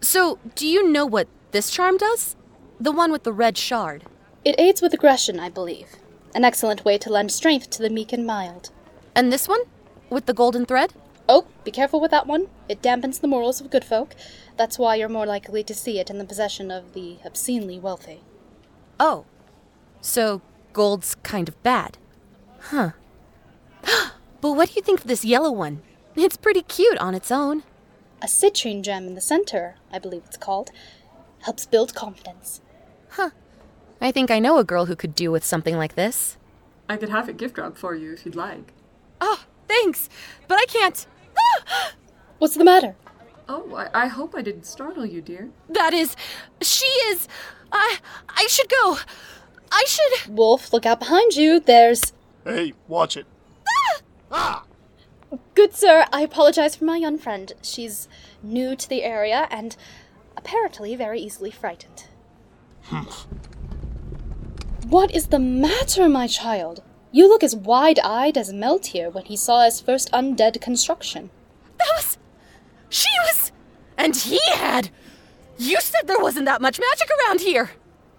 B: So, do you know what this charm does? The one with the red shard.
I: It aids with aggression, I believe. An excellent way to lend strength to the meek and mild.
B: And this one? With the golden thread?
I: Oh, be careful with that one. It dampens the morals of good folk. That's why you're more likely to see it in the possession of the obscenely wealthy.
B: Oh. So, gold's kind of bad. Huh. but what do you think of this yellow one? It's pretty cute on its own.
I: A citrine gem in the center, I believe it's called, helps build confidence.
B: Huh. I think I know a girl who could do with something like this.
N: I could have it gift wrapped for you if you'd like.
B: Oh, thanks, but I can't.
I: What's the matter?
N: Oh, I, I hope I didn't startle you, dear.
B: That is, she is. I I should go. I should.
I: Wolf, look out behind you. There's.
O: Hey, watch it.
I: Ah! Good sir, I apologize for my young friend. She's new to the area and apparently very easily frightened.
O: Humph.
I: What is the matter, my child? You look as wide eyed as Meltier when he saw his first undead construction.
B: That was. She was. And he had. You said there wasn't that much magic around here.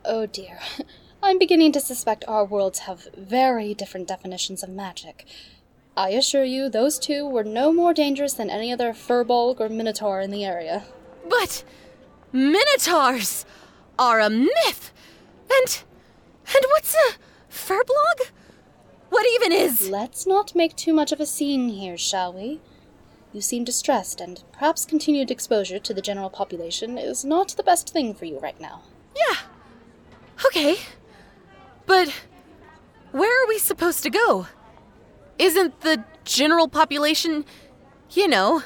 I: Oh dear. I'm beginning to suspect our worlds have very different definitions of magic. I assure you, those two were no more dangerous than any other furbolg or minotaur in the area.
B: But minotaurs are a myth, and and what's a furbolg? What even is?
I: Let's not make too much of a scene here, shall we? You seem distressed, and perhaps continued exposure to the general population is not the best thing for you right now.
B: Yeah. Okay. But where are we supposed to go? isn't the general population, you know,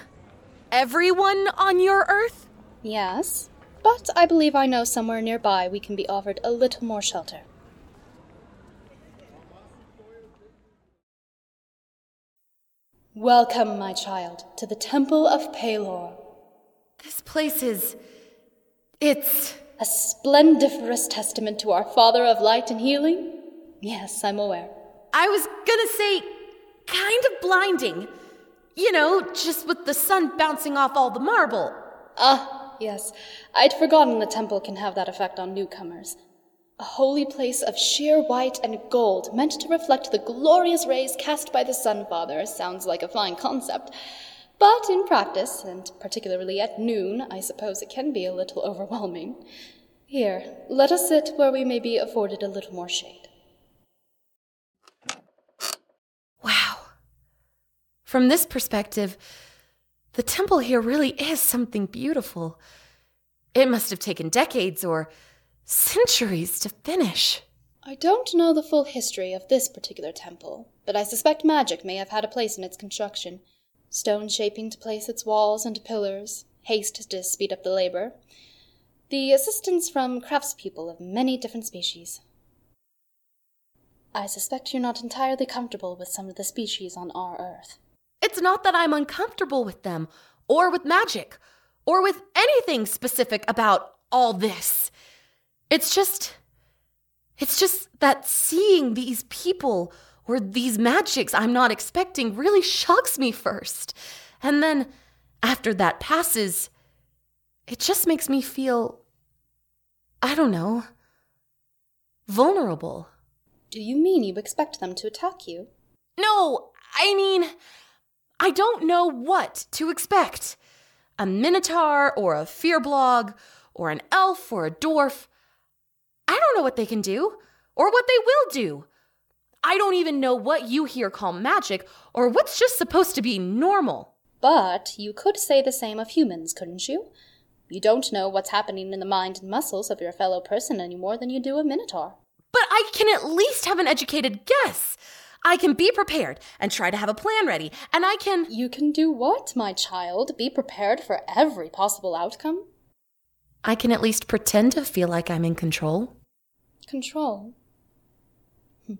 B: everyone on your Earth?
I: Yes, but I believe I know somewhere nearby we can be offered a little more shelter. Welcome, my child, to the Temple of Palor.
B: This place is. It's.
I: A splendiferous testament to our Father of Light and Healing? Yes, I'm aware.
B: I was gonna say kind of blinding. You know, just with the sun bouncing off all the marble.
I: Ah, yes. I'd forgotten the temple can have that effect on newcomers. A holy place of sheer white and gold, meant to reflect the glorious rays cast by the Sun Father, sounds like a fine concept. But in practice, and particularly at noon, I suppose it can be a little overwhelming. Here, let us sit where we may be afforded a little more shade.
B: From this perspective, the temple here really is something beautiful. It must have taken decades or centuries to finish.
I: I don't know the full history of this particular temple, but I suspect magic may have had a place in its construction. Stone shaping to place its walls and pillars, haste to speed up the labor, the assistance from craftspeople of many different species. I suspect you're not entirely comfortable with some of the species on our Earth.
B: It's not that I'm uncomfortable with them, or with magic, or with anything specific about all this. It's just. It's just that seeing these people or these magics I'm not expecting really shocks me first. And then, after that passes, it just makes me feel. I don't know. vulnerable.
I: Do you mean you expect them to attack you?
B: No, I mean. I don't know what to expect. A minotaur or a fearblog or an elf or a dwarf. I don't know what they can do or what they will do. I don't even know what you here call magic or what's just supposed to be normal.
I: But you could say the same of humans, couldn't you? You don't know what's happening in the mind and muscles of your fellow person any more than you do a minotaur.
B: But I can at least have an educated guess. I can be prepared and try to have a plan ready, and I can.
I: You can do what, my child? Be prepared for every possible outcome?
B: I can at least pretend to feel like I'm in control.
I: Control? Hm.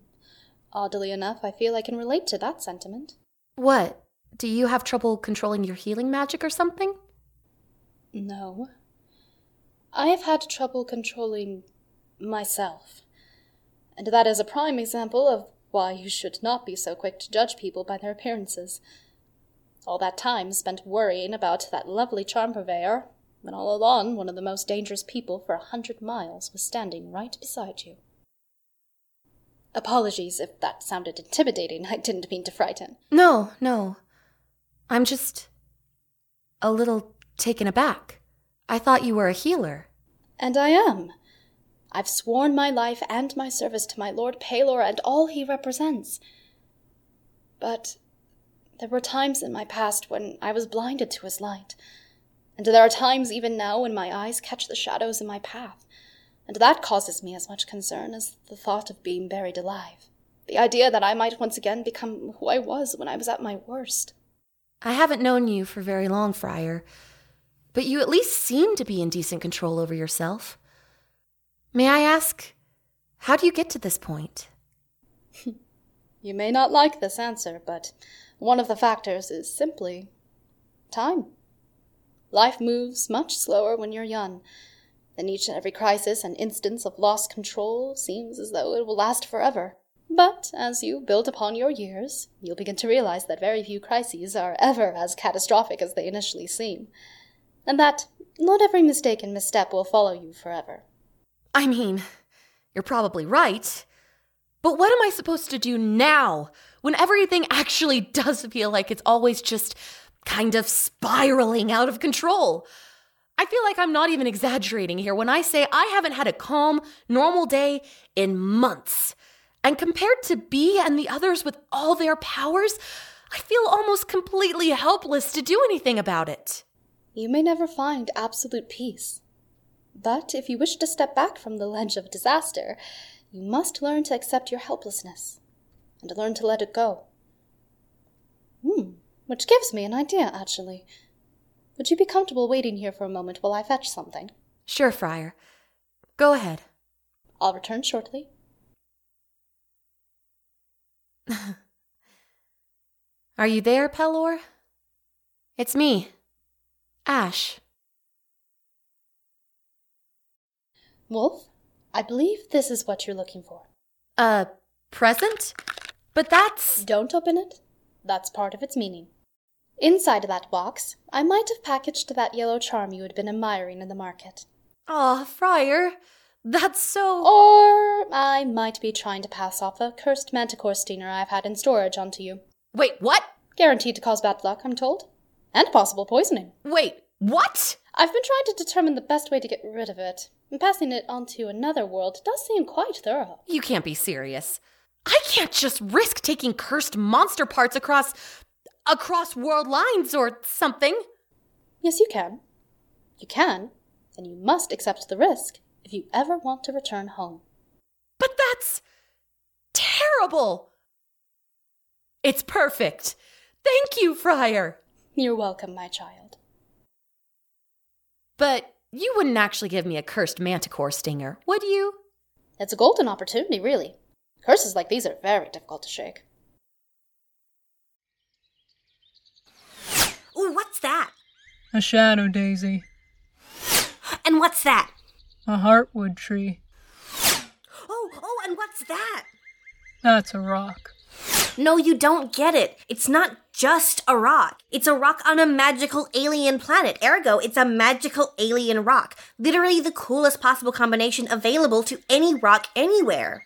I: Oddly enough, I feel I can relate to that sentiment.
B: What? Do you have trouble controlling your healing magic or something?
I: No. I have had trouble controlling myself. And that is a prime example of why you should not be so quick to judge people by their appearances. All that time spent worrying about that lovely charm purveyor, when all along one of the most dangerous people for a hundred miles was standing right beside you. Apologies if that sounded intimidating. I didn't mean to frighten.
B: No, no. I'm just a little taken aback. I thought you were a healer.
I: And I am. I've sworn my life and my service to my Lord Palor and all he represents. But there were times in my past when I was blinded to his light, and there are times even now when my eyes catch the shadows in my path, and that causes me as much concern as the thought of being buried alive. The idea that I might once again become who I was when I was at my worst.
B: I haven't known you for very long, Friar, but you at least seem to be in decent control over yourself. May I ask, how do you get to this point?
I: You may not like this answer, but one of the factors is simply time. Life moves much slower when you're young, and each and every crisis and instance of lost control seems as though it will last forever. But as you build upon your years, you'll begin to realize that very few crises are ever as catastrophic as they initially seem, and that not every mistake and misstep will follow you forever.
B: I mean, you're probably right. But what am I supposed to do now when everything actually does feel like it's always just kind of spiraling out of control? I feel like I'm not even exaggerating here when I say I haven't had a calm, normal day in months. And compared to B and the others with all their powers, I feel almost completely helpless to do anything about it.
I: You may never find absolute peace. But if you wish to step back from the ledge of disaster, you must learn to accept your helplessness and learn to let it go. Hmm, which gives me an idea, actually. Would you be comfortable waiting here for a moment while I fetch something?
B: Sure, Friar. Go ahead.
I: I'll return shortly.
B: Are you there, Pelor? It's me, Ash.
I: Wolf, I believe this is what you're looking for.
B: Uh, present? But that's.
I: Don't open it. That's part of its meaning. Inside that box, I might have packaged that yellow charm you had been admiring in the market.
B: Aw, Friar, that's so.
I: Or I might be trying to pass off a cursed manticore stinger I've had in storage onto you.
B: Wait, what?
I: Guaranteed to cause bad luck, I'm told. And possible poisoning.
B: Wait, what?
I: I've been trying to determine the best way to get rid of it, and passing it on to another world does seem quite thorough.
B: You can't be serious. I can't just risk taking cursed monster parts across. across world lines or something.
I: Yes, you can. You can, and you must accept the risk if you ever want to return home.
B: But that's. terrible! It's perfect! Thank you, Friar!
I: You're welcome, my child.
B: But you wouldn't actually give me a cursed manticore stinger, would you?
I: It's a golden opportunity, really. Curses like these are very difficult to shake.
E: Ooh, what's that?
H: A shadow daisy.
E: And what's that?
H: A heartwood tree.
E: Oh, oh, and what's that?
H: That's a rock.
E: No, you don't get it. It's not just a rock. It's a rock on a magical alien planet. Ergo, it's a magical alien rock. Literally the coolest possible combination available to any rock anywhere.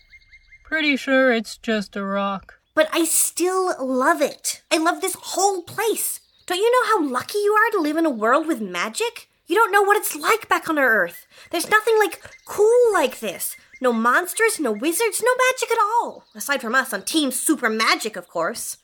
H: Pretty sure it's just a rock.
E: But I still love it. I love this whole place. Don't you know how lucky you are to live in a world with magic? You don't know what it's like back on our Earth. There's nothing like cool like this. No monsters, no wizards, no magic at all. Aside from us on Team Super Magic, of course.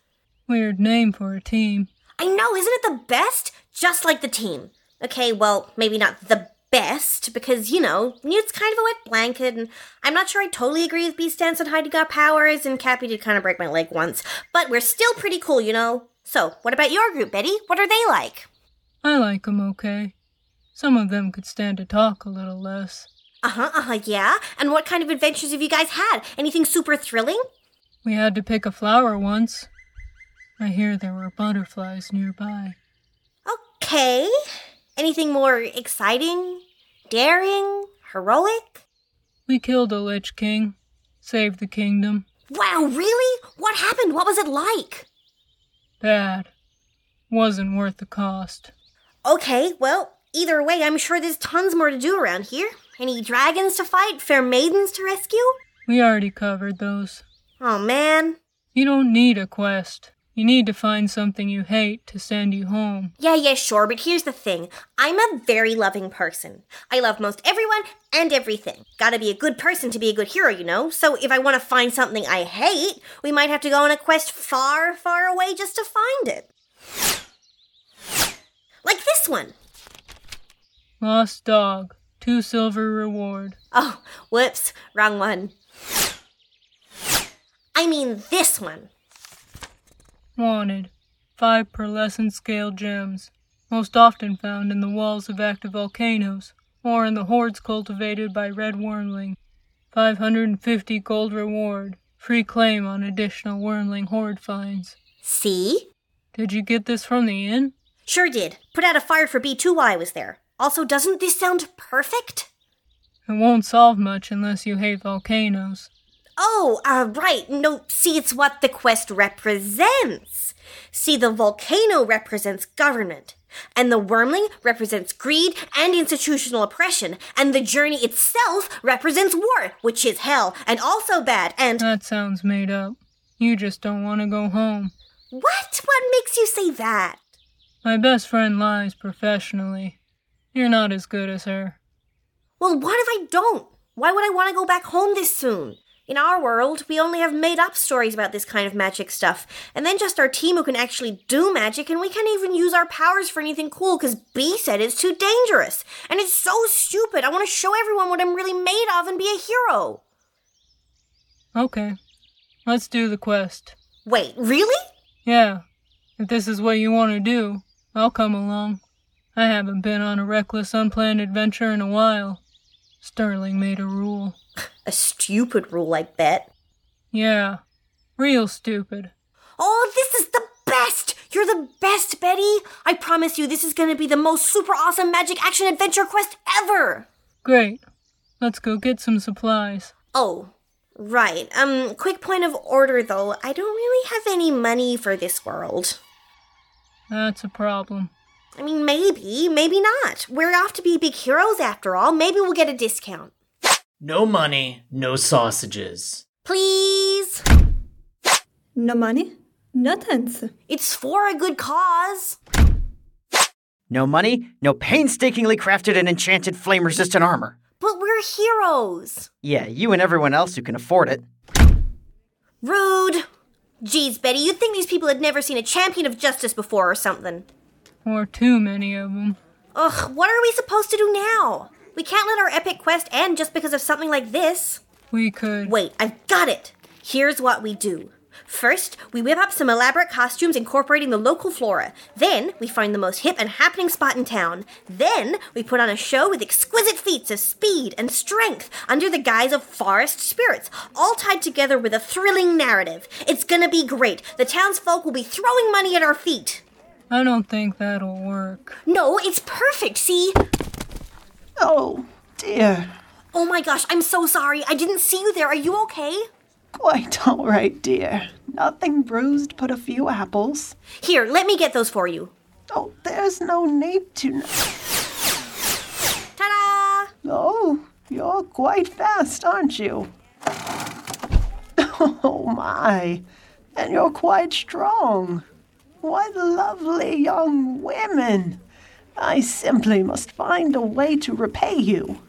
H: Weird name for a team.
E: I know, isn't it the best? Just like the team. Okay, well, maybe not the best, because, you know, it's kind of a wet blanket, and I'm not sure I totally agree with B stance on Heidi got powers, and Cappy did kind of break my leg once, but we're still pretty cool, you know? So, what about your group, Betty? What are they like?
H: I like 'em okay. Some of them could stand to talk a little less.
E: Uh huh, uh huh, yeah. And what kind of adventures have you guys had? Anything super thrilling?
H: We had to pick a flower once. I hear there were butterflies nearby.
E: Okay. Anything more exciting, daring, heroic?
H: We killed a Lich King, saved the kingdom.
E: Wow, really? What happened? What was it like?
H: Bad. Wasn't worth the cost.
E: Okay, well, either way, I'm sure there's tons more to do around here. Any dragons to fight? Fair maidens to rescue?
H: We already covered those.
E: Oh, man.
H: You don't need a quest. You need to find something you hate to send you home.
E: Yeah, yeah, sure, but here's the thing. I'm a very loving person. I love most everyone and everything. Gotta be a good person to be a good hero, you know? So if I wanna find something I hate, we might have to go on a quest far, far away just to find it. Like this one.
H: Lost dog. Two silver reward.
E: Oh, whoops, wrong one. I mean this one.
H: Wanted. Five pearlescent scale gems, most often found in the walls of active volcanoes or in the hordes cultivated by red wormling. 550 gold reward. Free claim on additional wormling horde finds.
E: See?
H: Did you get this from the inn?
E: Sure did. Put out a fire for B2 while I was there. Also, doesn't this sound perfect?
H: It won't solve much unless you hate volcanoes.
E: Oh, uh, right. No, see, it's what the quest represents. See, the volcano represents government, and the wormling represents greed and institutional oppression, and the journey itself represents war, which is hell and also bad, and.
H: That sounds made up. You just don't want to go home.
E: What? What makes you say that?
H: My best friend lies professionally. You're not as good as her.
E: Well, what if I don't? Why would I want to go back home this soon? In our world, we only have made up stories about this kind of magic stuff, and then just our team who can actually do magic, and we can't even use our powers for anything cool because B said it's too dangerous. And it's so stupid. I want to show everyone what I'm really made of and be a hero.
H: Okay. Let's do the quest.
E: Wait, really?
H: Yeah. If this is what you want to do, I'll come along. I haven't been on a reckless, unplanned adventure in a while. Sterling made a rule.
E: A stupid rule, I bet.
H: Yeah, real stupid.
E: Oh, this is the best! You're the best, Betty! I promise you, this is gonna be the most super awesome magic action adventure quest ever!
H: Great. Let's go get some supplies.
E: Oh, right. Um, quick point of order though. I don't really have any money for this world.
H: That's a problem.
E: I mean, maybe, maybe not. We're off to be big heroes after all. Maybe we'll get a discount.
P: No money, no sausages.
E: Please!
O: No money, no tents.
E: It's for a good cause.
P: No money, no painstakingly crafted and enchanted flame resistant armor.
E: But we're heroes.
P: Yeah, you and everyone else who can afford it.
E: Rude. Jeez, Betty, you'd think these people had never seen a champion of justice before or something.
H: Or too many of them.
E: Ugh, what are we supposed to do now? We can't let our epic quest end just because of something like this.
H: We could.
E: Wait, I've got it! Here's what we do. First, we whip up some elaborate costumes incorporating the local flora. Then, we find the most hip and happening spot in town. Then, we put on a show with exquisite feats of speed and strength under the guise of forest spirits, all tied together with a thrilling narrative. It's gonna be great. The townsfolk will be throwing money at our feet.
H: I don't think that'll work.
E: No, it's perfect, see?
O: Oh, dear.
E: Oh my gosh, I'm so sorry. I didn't see you there. Are you okay?
O: Quite all right, dear. Nothing bruised but a few e- apples.
E: Here, let me get those for you.
O: Oh, there's no need to.
E: Ta
O: da! Oh, you're quite fast, aren't you? Oh my, and you're quite strong. What lovely young women! I simply must find a way to repay you.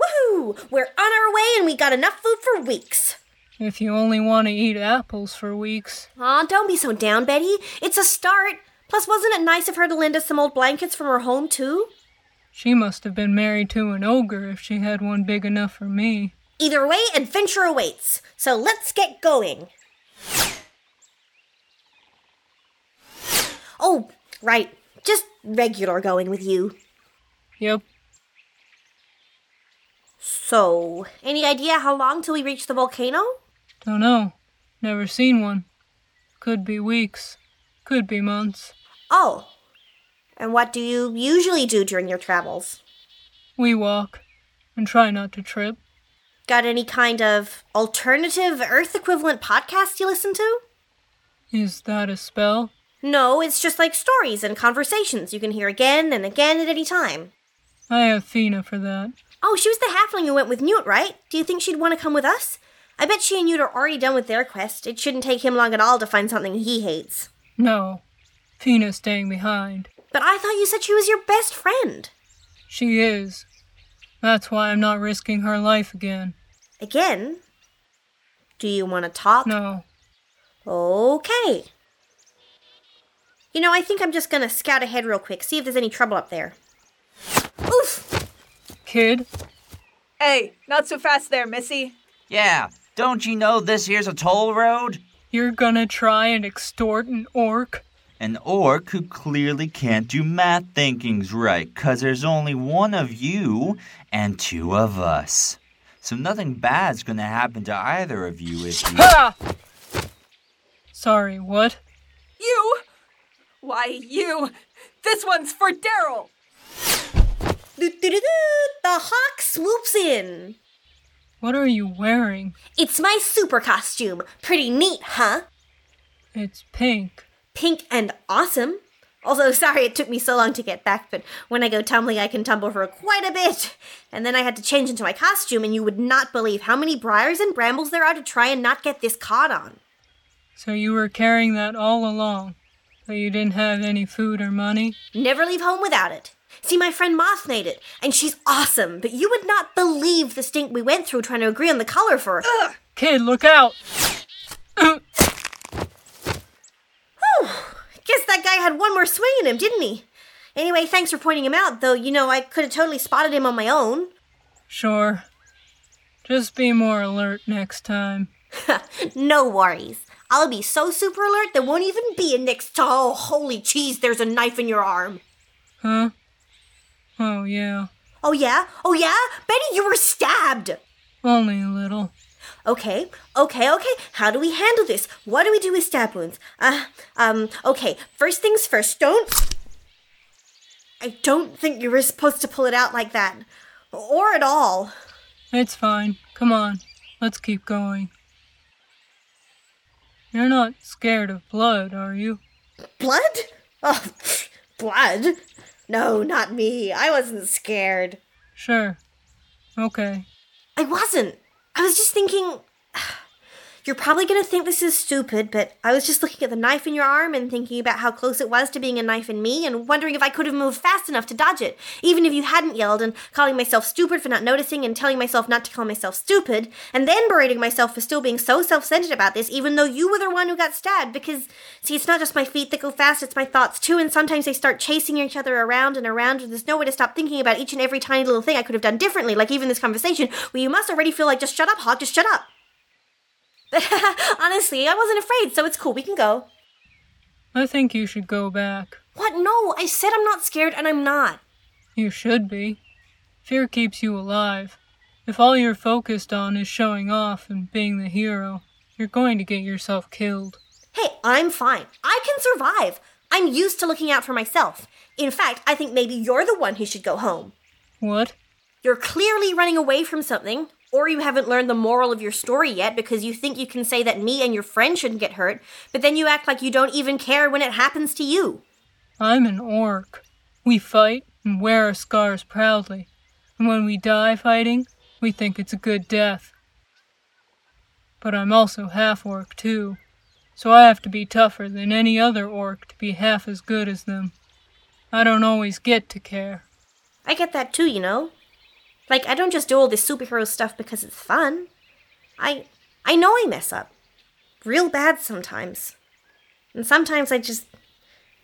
E: Woohoo! We're on our way and we got enough food for weeks.
H: If you only want to eat apples for weeks.
E: Aw, don't be so down, Betty. It's a start. Plus, wasn't it nice of her to lend us some old blankets from her home, too?
H: She must have been married to an ogre if she had one big enough for me.
E: Either way, adventure awaits. So let's get going. Oh, right. Just regular going with you.
H: Yep.
E: So, any idea how long till we reach the volcano?
H: Don't know. Never seen one. Could be weeks. Could be months.
E: Oh. And what do you usually do during your travels?
H: We walk and try not to trip.
E: Got any kind of alternative Earth equivalent podcast you listen to?
H: Is that a spell?
E: No, it's just like stories and conversations you can hear again and again at any time.
H: I have Fina for that.
E: Oh, she was the halfling who went with Newt, right? Do you think she'd want to come with us? I bet she and Newt are already done with their quest. It shouldn't take him long at all to find something he hates.
H: No. Fina's staying behind.
E: But I thought you said she was your best friend.
H: She is. That's why I'm not risking her life again.
E: Again? Do you want to talk?
H: No.
E: Okay. You know, I think I'm just gonna scout ahead real quick, see if there's any trouble up there.
H: Kid?
Q: Hey, not so fast there, Missy.
R: Yeah, don't you know this here's a toll road?
H: You're gonna try and extort an orc?
R: An orc who clearly can't do math thinkings right, 'cause there's only one of you and two of us. So nothing bad's gonna happen to either of you if you.
H: Ha! Sorry, what?
Q: You? Why, you? This one's for Daryl!
E: Do-do-do-do, The hawk swoops in.
H: What are you wearing?
E: It's my super costume. Pretty neat, huh?
H: It's pink.
E: Pink and awesome. Although, sorry it took me so long to get back, but when I go tumbling, I can tumble for quite a bit. And then I had to change into my costume, and you would not believe how many briars and brambles there are to try and not get this caught on.
H: So you were carrying that all along, but you didn't have any food or money?
E: Never leave home without it. See, my friend Moth made it, and she's awesome, but you would not believe the stink we went through trying to agree on the color for. Ugh.
H: Kid, look out!
E: Whew. Guess that guy had one more swing in him, didn't he? Anyway, thanks for pointing him out, though, you know, I could have totally spotted him on my own.
H: Sure. Just be more alert next time.
E: no worries. I'll be so super alert there won't even be a next. Oh, holy cheese, there's a knife in your arm.
H: Huh? Oh, yeah.
E: Oh, yeah? Oh, yeah? Betty, you were stabbed!
H: Only a little.
E: Okay, okay, okay. How do we handle this? What do we do with stab wounds? Uh, um, okay. First things first, don't. I don't think you were supposed to pull it out like that. Or at all.
H: It's fine. Come on. Let's keep going. You're not scared of blood, are you?
E: Blood? Oh, blood? No, not me. I wasn't scared.
H: Sure. Okay.
E: I wasn't. I was just thinking. You're probably gonna think this is stupid, but I was just looking at the knife in your arm and thinking about how close it was to being a knife in me and wondering if I could have moved fast enough to dodge it, even if you hadn't yelled and calling myself stupid for not noticing and telling myself not to call myself stupid, and then berating myself for still being so self centered about this, even though you were the one who got stabbed. Because, see, it's not just my feet that go fast, it's my thoughts too, and sometimes they start chasing each other around and around, and there's no way to stop thinking about each and every tiny little thing I could have done differently, like even this conversation, where you must already feel like, just shut up, Hawk, just shut up. Honestly, I wasn't afraid, so it's cool. We can go.
H: I think you should go back.
E: What? No, I said I'm not scared, and I'm not.
H: You should be. Fear keeps you alive. If all you're focused on is showing off and being the hero, you're going to get yourself killed.
E: Hey, I'm fine. I can survive. I'm used to looking out for myself. In fact, I think maybe you're the one who should go home.
H: What?
E: You're clearly running away from something, or you haven't learned the moral of your story yet because you think you can say that me and your friend shouldn't get hurt, but then you act like you don't even care when it happens to you.
H: I'm an orc. We fight and wear our scars proudly. And when we die fighting, we think it's a good death. But I'm also half orc, too. So I have to be tougher than any other orc to be half as good as them. I don't always get to care.
E: I get that too, you know. Like I don't just do all this superhero stuff because it's fun. I I know I mess up. Real bad sometimes. And sometimes I just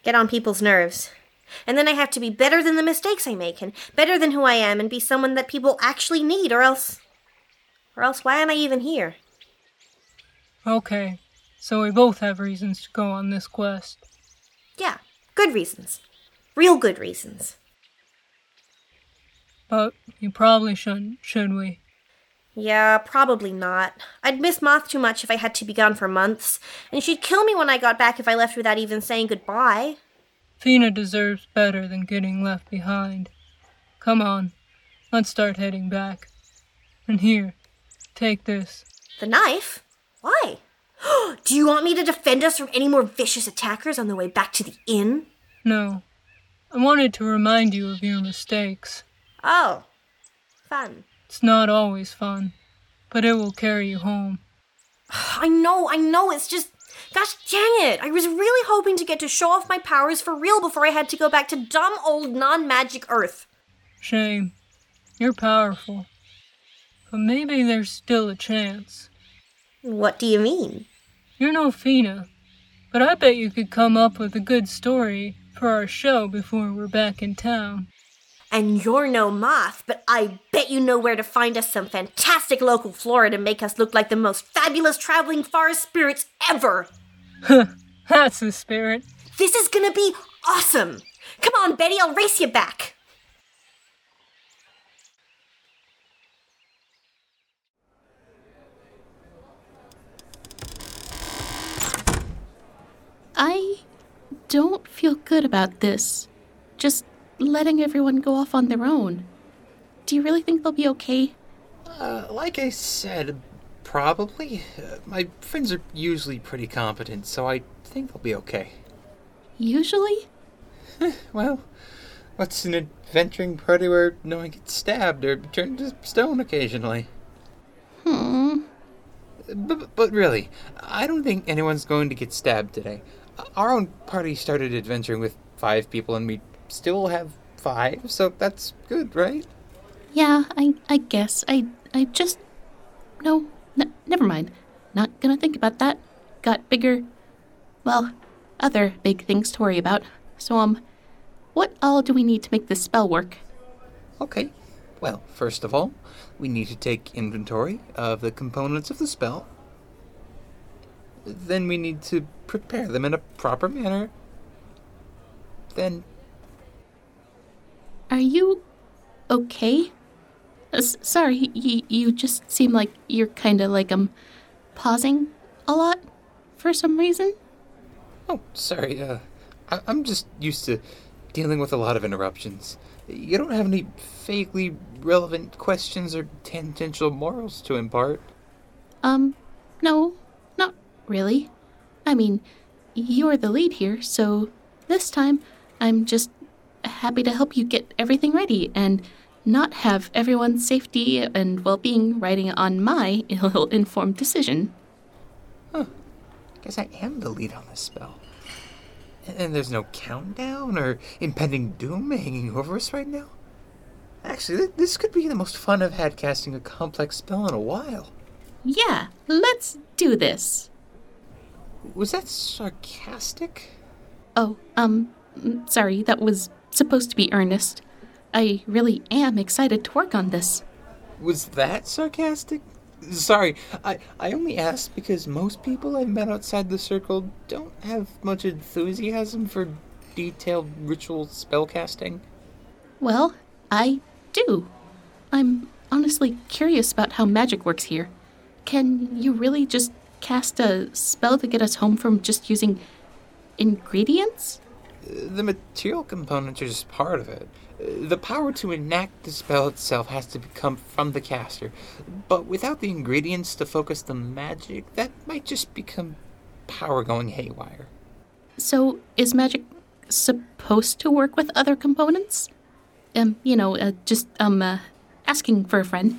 E: get on people's nerves. And then I have to be better than the mistakes I make and better than who I am and be someone that people actually need or else or else why am I even here?
H: Okay, so we both have reasons to go on this quest.
E: Yeah, good reasons. Real good reasons.
H: But you probably shouldn't, should we?
E: Yeah, probably not. I'd miss Moth too much if I had to be gone for months, and she'd kill me when I got back if I left without even saying goodbye.
H: Fina deserves better than getting left behind. Come on, let's start heading back. And here, take this.
E: The knife? Why? Do you want me to defend us from any more vicious attackers on the way back to the inn?
H: No. I wanted to remind you of your mistakes.
E: Oh. Fun.
H: It's not always fun, but it will carry you home.
E: I know, I know, it's just. Gosh dang it! I was really hoping to get to show off my powers for real before I had to go back to dumb old non magic Earth.
H: Shame. You're powerful. But maybe there's still a chance.
E: What do you mean?
H: You're no Fina, but I bet you could come up with a good story for our show before we're back in town.
E: And you're no moth, but I bet you know where to find us some fantastic local flora to make us look like the most fabulous traveling forest spirits ever!
H: That's the spirit.
E: This is gonna be awesome! Come on, Betty, I'll race you back!
C: I don't feel good about this. Just letting everyone go off on their own. Do you really think they'll be okay?
G: Uh, like I said, probably. Uh, my friends are usually pretty competent, so I think they'll be okay.
C: Usually?
G: well, what's an adventuring party where no one gets stabbed or turned to stone occasionally?
C: Hmm.
G: But, but really, I don't think anyone's going to get stabbed today. Our own party started adventuring with five people, and we still have five, so that's good, right?
C: Yeah, I I guess I I just no, n- never mind. Not gonna think about that. Got bigger, well, other big things to worry about. So um, what all do we need to make this spell work?
G: Okay. Well, first of all, we need to take inventory of the components of the spell. Then we need to prepare them in a proper manner. Then
C: Are you okay?
G: Uh, s-
C: sorry, y- you just seem like you're kind of like um pausing a lot for some reason.
G: Oh, sorry. Uh, I- I'm just used to dealing with a lot of interruptions. You don't have any vaguely relevant questions or tangential morals to impart.
C: Um, no, not really. I mean, you're the lead here, so this time I'm just happy to help you get everything ready and not have everyone's safety and well being riding on my ill informed decision.
G: Guess I am the lead on this spell. And there's no countdown or impending doom hanging over us right now. Actually, th- this could be the most fun I've had casting a complex spell in a while.
C: Yeah, let's do this.
G: Was that sarcastic?
C: Oh, um, mm, sorry, that was supposed to be earnest. I really am excited to work on this.
G: Was that sarcastic? Sorry, I, I only asked because most people I've met outside the circle don't have much enthusiasm for detailed ritual spellcasting.
C: Well, I do. I'm honestly curious about how magic works here. Can you really just cast a spell to get us home from just using ingredients?
G: Uh, The material components are just part of it. Uh, The power to enact the spell itself has to come from the caster, but without the ingredients to focus the magic, that might just become power going haywire.
C: So, is magic supposed to work with other components? Um, you know, uh, just um uh, asking for a friend.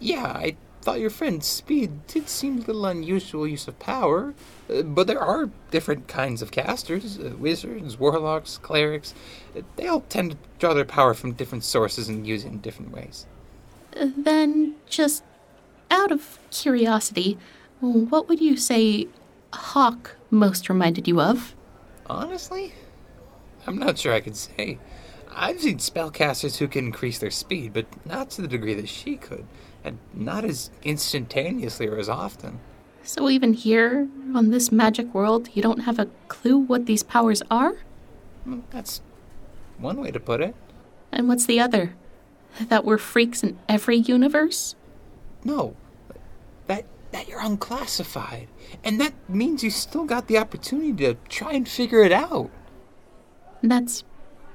G: Yeah, I thought your friend's speed did seem a little unusual use of power, uh, but there are different kinds of casters uh, wizards, warlocks, clerics. Uh, They all tend to draw their power from different sources and use it in different ways.
C: Uh, Then, just out of curiosity, what would you say Hawk most reminded you of?
G: Honestly, I'm not sure I could say. I've seen spellcasters who can increase their speed, but not to the degree that she could, and not as instantaneously or as often.
C: So, even here on this magic world, you don't have a clue what these powers are?
G: Mm, That's one way to put it.
C: And what's the other? That we're freaks in every universe?
G: No, that that you're unclassified, and that means you still got the opportunity to try and figure it out.
C: That's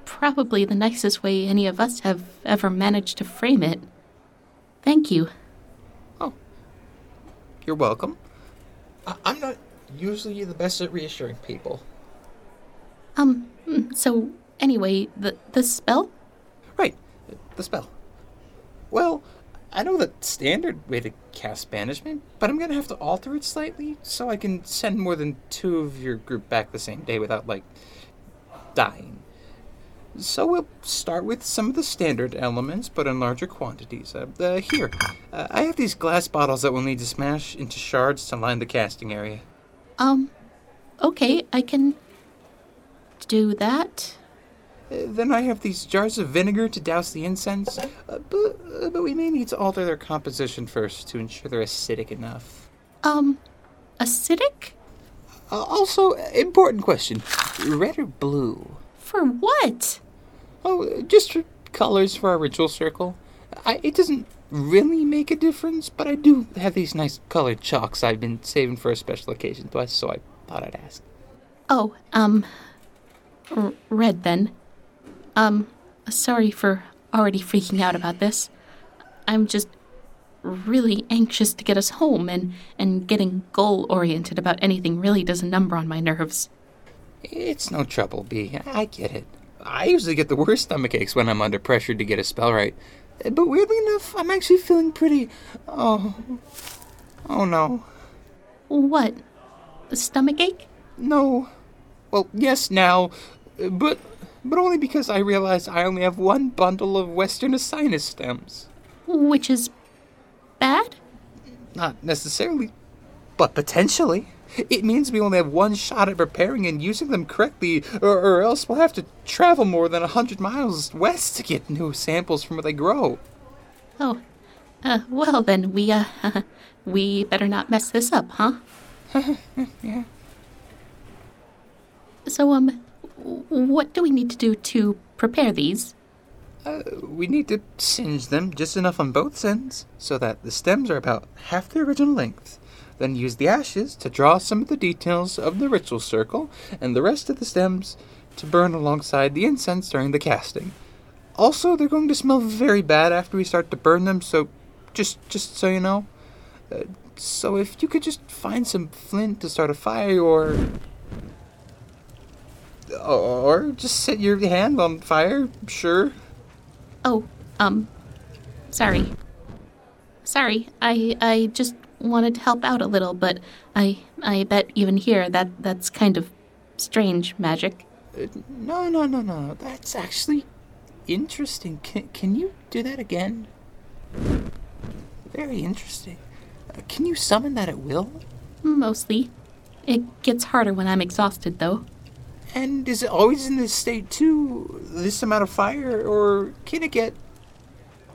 C: probably the nicest way any of us have ever managed to frame it. Thank you.
G: You're welcome. I- I'm not usually the best at reassuring people.
C: Um, mm, so anyway, the, the spell?
G: Right, the spell. Well, I know the standard way to cast banishment, but I'm gonna have to alter it slightly so I can send more than two of your group back the same day without, like, dying. So we'll start with some of the standard elements, but in larger quantities. Uh, uh, here, uh, I have these glass bottles that we'll need to smash into shards to line the casting area.
C: Um, okay, I can do that.
G: Uh, Then I have these jars of vinegar to douse the incense, uh, but, uh, but we may need to alter their composition first to ensure they're acidic enough.
C: Um, acidic?
G: Uh, also, uh, important question red or blue?
C: For what?
G: Oh, uh, just for colors for our ritual circle. I, it doesn't really make a difference, but I do have these nice colored chalks I've been saving for a special occasion, so I- so I thought I'd ask.
C: Oh, um, r- red then. Um, sorry for already freaking out about this. I'm just really anxious to get us home, and, and getting goal oriented about anything really does a number on my nerves.
G: It's no trouble, B. I get it. I usually get the worst stomach aches when I'm under pressure to get a spell right. But weirdly enough, I'm actually feeling pretty. Oh. Oh no.
C: What? A stomach ache?
G: No. Well, yes, now. But. But only because I realize I only have one bundle of Western Asinus stems.
C: Which is bad?
G: Not necessarily, but potentially. It means we only have one shot at preparing and using them correctly, or, or else we'll have to travel more than a 100 miles west to get new samples from where they grow.
C: Oh, uh, well then we, uh, we better not mess this up, huh?
G: yeah.
C: So, um, w- what do we need to do to prepare these?
G: Uh, we need to singe them just enough on both ends so that the stems are about half their original length. Then use the ashes to draw some of the details of the ritual circle and the rest of the stems to burn alongside the incense during the casting. Also, they're going to smell very bad after we start to burn them, so just just so you know. Uh, so if you could just find some flint to start a fire or or just set your hand on fire, sure.
C: Oh, um, sorry. Sorry, I I just wanted to help out a little, but I I bet even here that that's kind of strange magic.
G: Uh, No, no, no, no. That's actually interesting. Can, can you do that again? Very interesting. Uh, can you summon that at will?
C: Mostly. It gets harder when I'm exhausted, though.
G: And is it always in this state too? This amount of fire, or can it get?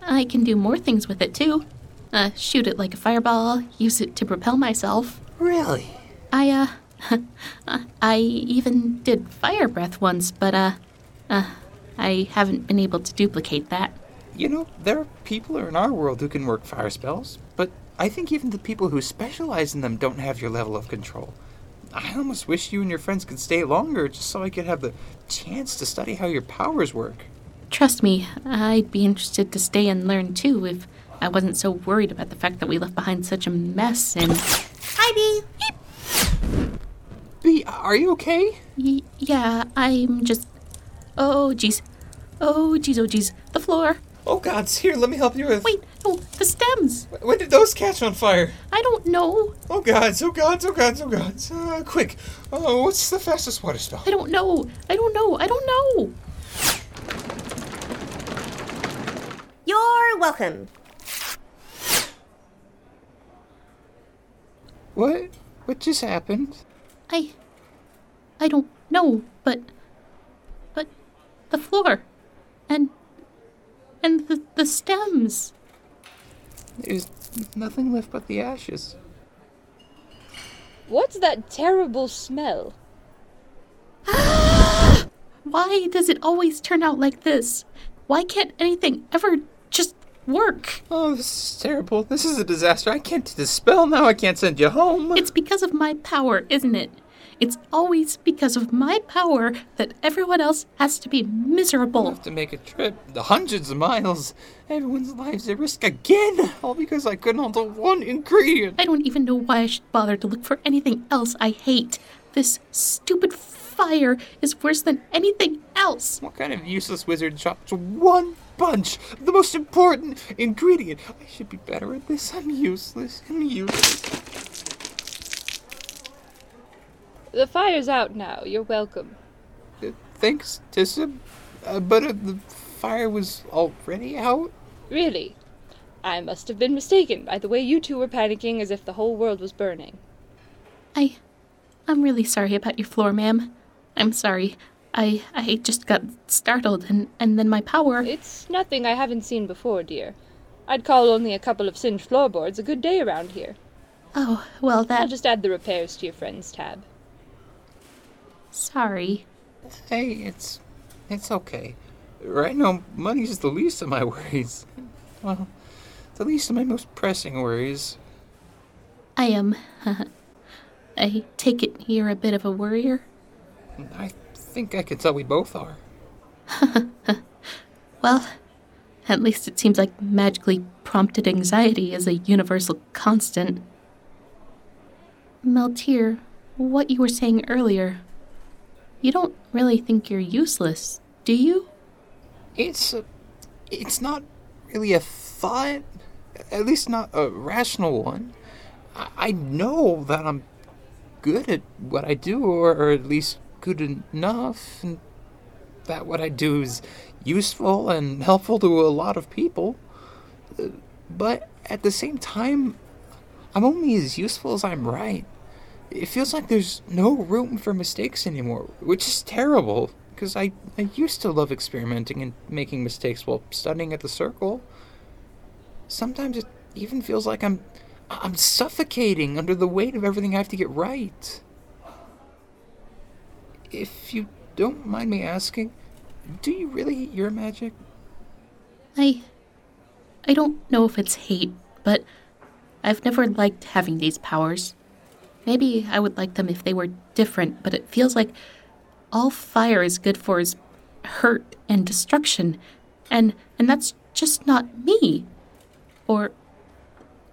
C: I can do more things with it too. Uh, shoot it like a fireball. Use it to propel myself.
G: Really?
C: I uh, I even did fire breath once, but uh, uh, I haven't been able to duplicate that.
G: You know, there are people in our world who can work fire spells, but I think even the people who specialize in them don't have your level of control. I almost wish you and your friends could stay longer just so I could have the chance to study how your powers work.
C: Trust me, I'd be interested to stay and learn too if I wasn't so worried about the fact that we left behind such a mess and.
E: Hi, Bee.
G: Bee, are you okay?
C: Y- yeah, I'm just. Oh, jeez. Oh, jeez, oh, jeez. The floor.
G: Oh, gods, here, let me help you with.
C: Wait, no, the stems.
G: When did those catch on fire?
C: I don't know.
G: Oh, gods, oh, gods, oh, gods, oh, gods. Uh, quick. Oh, what's the fastest water spell?
C: I don't know. I don't know. I don't know.
E: You're welcome.
G: What? What just happened?
C: I. I don't know, but. But. The floor. And. And the, the stems.
G: There's nothing left but the ashes.
I: What's that terrible smell?
C: Why does it always turn out like this? Why can't anything ever just work?
G: Oh, this is terrible. This is a disaster. I can't dispel now. I can't send you home.
C: It's because of my power, isn't it? It's always because of my power that everyone else has to be miserable.
G: To make a trip, the hundreds of miles, everyone's lives at risk again, all because I couldn't handle one ingredient.
C: I don't even know why I should bother to look for anything else I hate. This stupid fire is worse than anything else.
G: What kind of useless wizard chopped one bunch, the most important ingredient? I should be better at this. I'm useless. I'm useless.
I: The fire's out now. You're welcome.
G: Thanks, Tissa, uh, but uh, the fire was already out.
I: Really? I must have been mistaken by the way you two were panicking as if the whole world was burning.
C: I I'm really sorry about your floor, ma'am. I'm sorry. I I just got startled and and then my power.
I: It's nothing I haven't seen before, dear. I'd call only a couple of singed floorboards a good day around here.
C: Oh, well
I: I'll
C: that
I: just add the repairs to your friend's tab.
C: sorry.
G: Hey, it's it's okay. Right now, money's the least of my worries. Well, the least of my most pressing worries.
C: I am I take it you're a bit of a worrier.
G: I think I can tell we both are.
C: Well, at least it seems like magically prompted anxiety is a universal constant. Meltier, what you were saying earlier, you don't really think you're useless, do you?
G: It's a, it's not really a thought, at least not a rational one. I, I know that I'm good at what I do, or, or at least good enough, and that what I do is useful and helpful to a lot of people. Uh, But at the same time, I'm only as useful as I'm right. It feels like there's no room for mistakes anymore, which is terrible because I, I used to love experimenting and making mistakes while studying at the circle. Sometimes it even feels like I'm I'm suffocating under the weight of everything I have to get right. If you don't mind me asking, do you really hate your magic?
C: I I don't know if it's hate, but I've never liked having these powers. Maybe I would like them if they were different, but it feels like all fire is good for is hurt and destruction. And and that's just not me. Or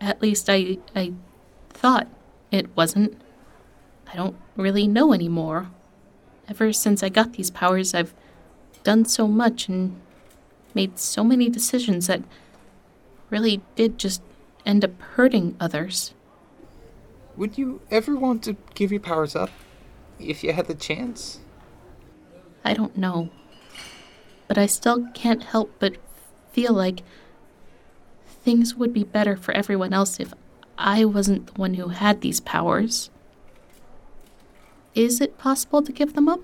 C: at least I I thought it wasn't. I don't really know anymore. Ever since I got these powers, I've done so much and made so many decisions that really did just end up hurting others.
G: Would you ever want to give your powers up if you had the chance?
C: I don't know. But I still can't help but feel like things would be better for everyone else if I wasn't the one who had these powers. Is it possible to give them up?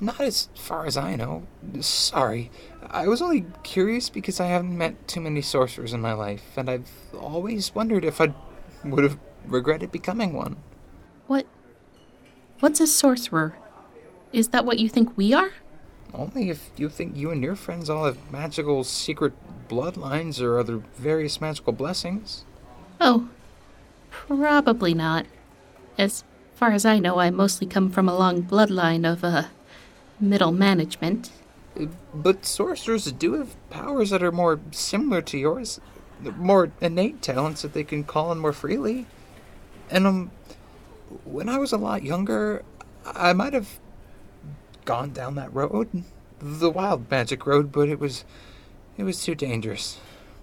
G: Not as far as I know. Sorry. I was only curious because I haven't met too many sorcerers in my life, and I've always wondered if I would have regretted becoming one.
C: What What's a sorcerer? Is that what you think we are?
G: Only if you think you and your friends all have magical secret bloodlines or other various magical blessings.
C: Oh, probably not. As far as I know, I mostly come from a long bloodline of uh, middle management.
G: But sorcerers do have powers that are more similar to yours, more innate talents that they can call on more freely. And um, when I was a lot younger, I might have gone down that road, the wild magic road, but it was, it was too dangerous.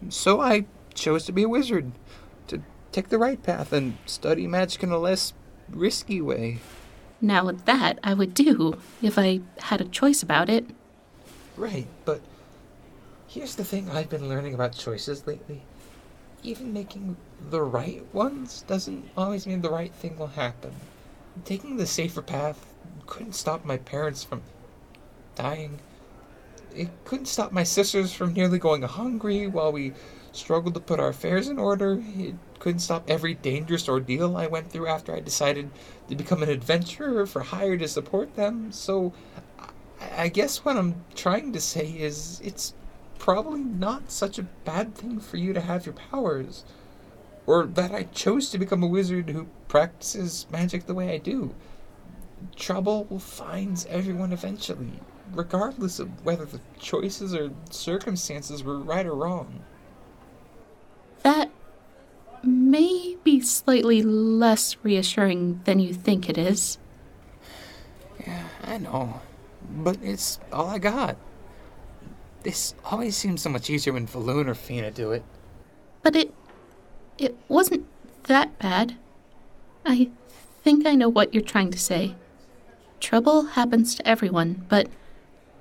G: So I chose to be a wizard, to take the right path and study magic in a less risky way.
C: Now that I would do if I had a choice about it.
G: Right, but here's the thing I've been learning about choices lately. Even making the right ones doesn't always mean the right thing will happen. Taking the safer path couldn't stop my parents from dying. It couldn't stop my sisters from nearly going hungry while we struggled to put our affairs in order. It couldn't stop every dangerous ordeal I went through after I decided to become an adventurer for hire to support them. So I I guess what I'm trying to say is it's probably not such a bad thing for you to have your powers. Or that I chose to become a wizard who practices magic the way I do. trouble finds everyone eventually, regardless of whether the choices or circumstances were right or wrong.
C: That may be slightly less reassuring than you think it is.
G: Yeah, I know. But it's all I got. This always seems so much easier when Valoon or Fina do it.
C: But it it wasn't that bad. I think I know what you're trying to say. Trouble happens to everyone, but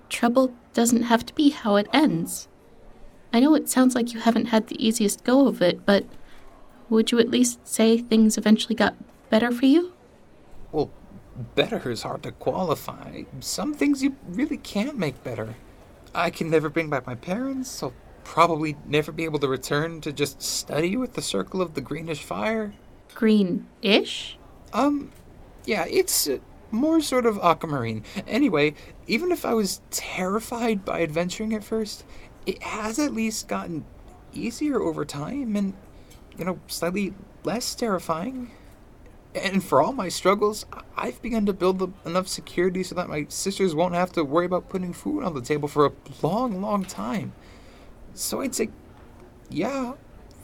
C: trouble doesn't have to be how it ends. I know it sounds like you haven't had the easiest go of it, but would you at least say things eventually got better for you?
G: Well, better is hard to qualify. Some things you really can't make better. I can never bring back my parents. I'll probably never be able to return to just study with the circle of the greenish fire.
C: Green ish?
G: Um, yeah, it's uh, more sort of aquamarine. Anyway, even if I was terrified by adventuring at first, it has at least gotten easier over time and, you know, slightly less terrifying. And for all my struggles, I- I've begun to build up enough security so that my sisters won't have to worry about putting food on the table for a long, long time. So I'd say, yeah,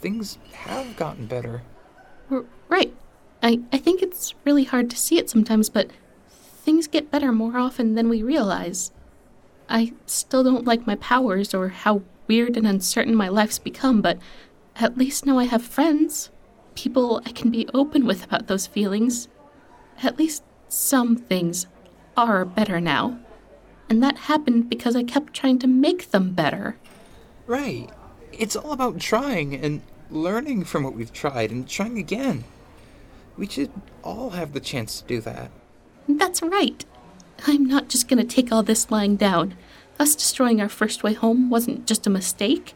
G: things have gotten better.
C: R- Right. I, I think it's really hard to see it sometimes, but things get better more often than we realize. I still don't like my powers or how weird and uncertain my life's become, but at least now I have friends. People I can be open with about those feelings. At least some things are better now. And that happened because I kept trying to make them better.
G: Right. It's all about trying and learning from what we've tried and trying again. We should all have the chance to do that.
C: That's right. I'm not just going to take all this lying down. Us destroying our first way home wasn't just a mistake,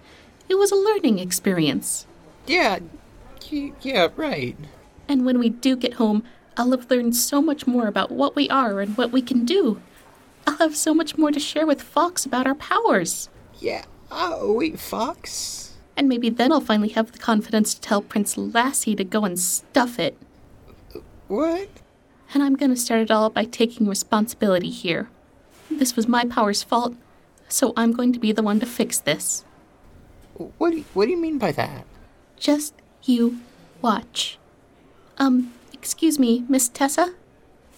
C: it was a learning experience.
G: Yeah, y- yeah, right.
C: And when we do get home, I'll have learned so much more about what we are and what we can do. I'll have so much more to share with Fox about our powers.
G: Yeah. Oh, wait, Fox?
C: And maybe then I'll finally have the confidence to tell Prince Lassie to go and stuff it.
G: What?
C: And I'm gonna start it all by taking responsibility here. This was my power's fault, so I'm going to be the one to fix this.
G: What do you, what do you mean by that?
C: Just you watch. Um, excuse me, Miss Tessa?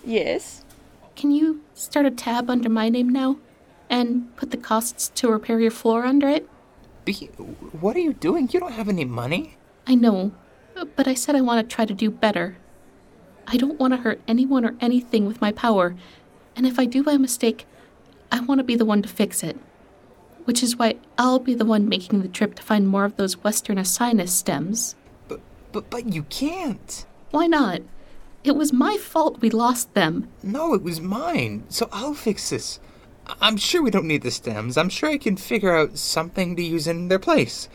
S: Yes.
C: Can you start a tab under my name now? And put the costs to repair your floor under it?
G: Be- what are you doing? You don't have any money.
C: I know, but I said I want to try to do better. I don't want to hurt anyone or anything with my power, and if I do by mistake, I want to be the one to fix it. Which is why I'll be the one making the trip to find more of those Western Asinus stems.
G: But but you can't.
C: Why not? It was my fault we lost them.
G: No, it was mine. So I'll fix this. I- I'm sure we don't need the stems. I'm sure I can figure out something to use in their place.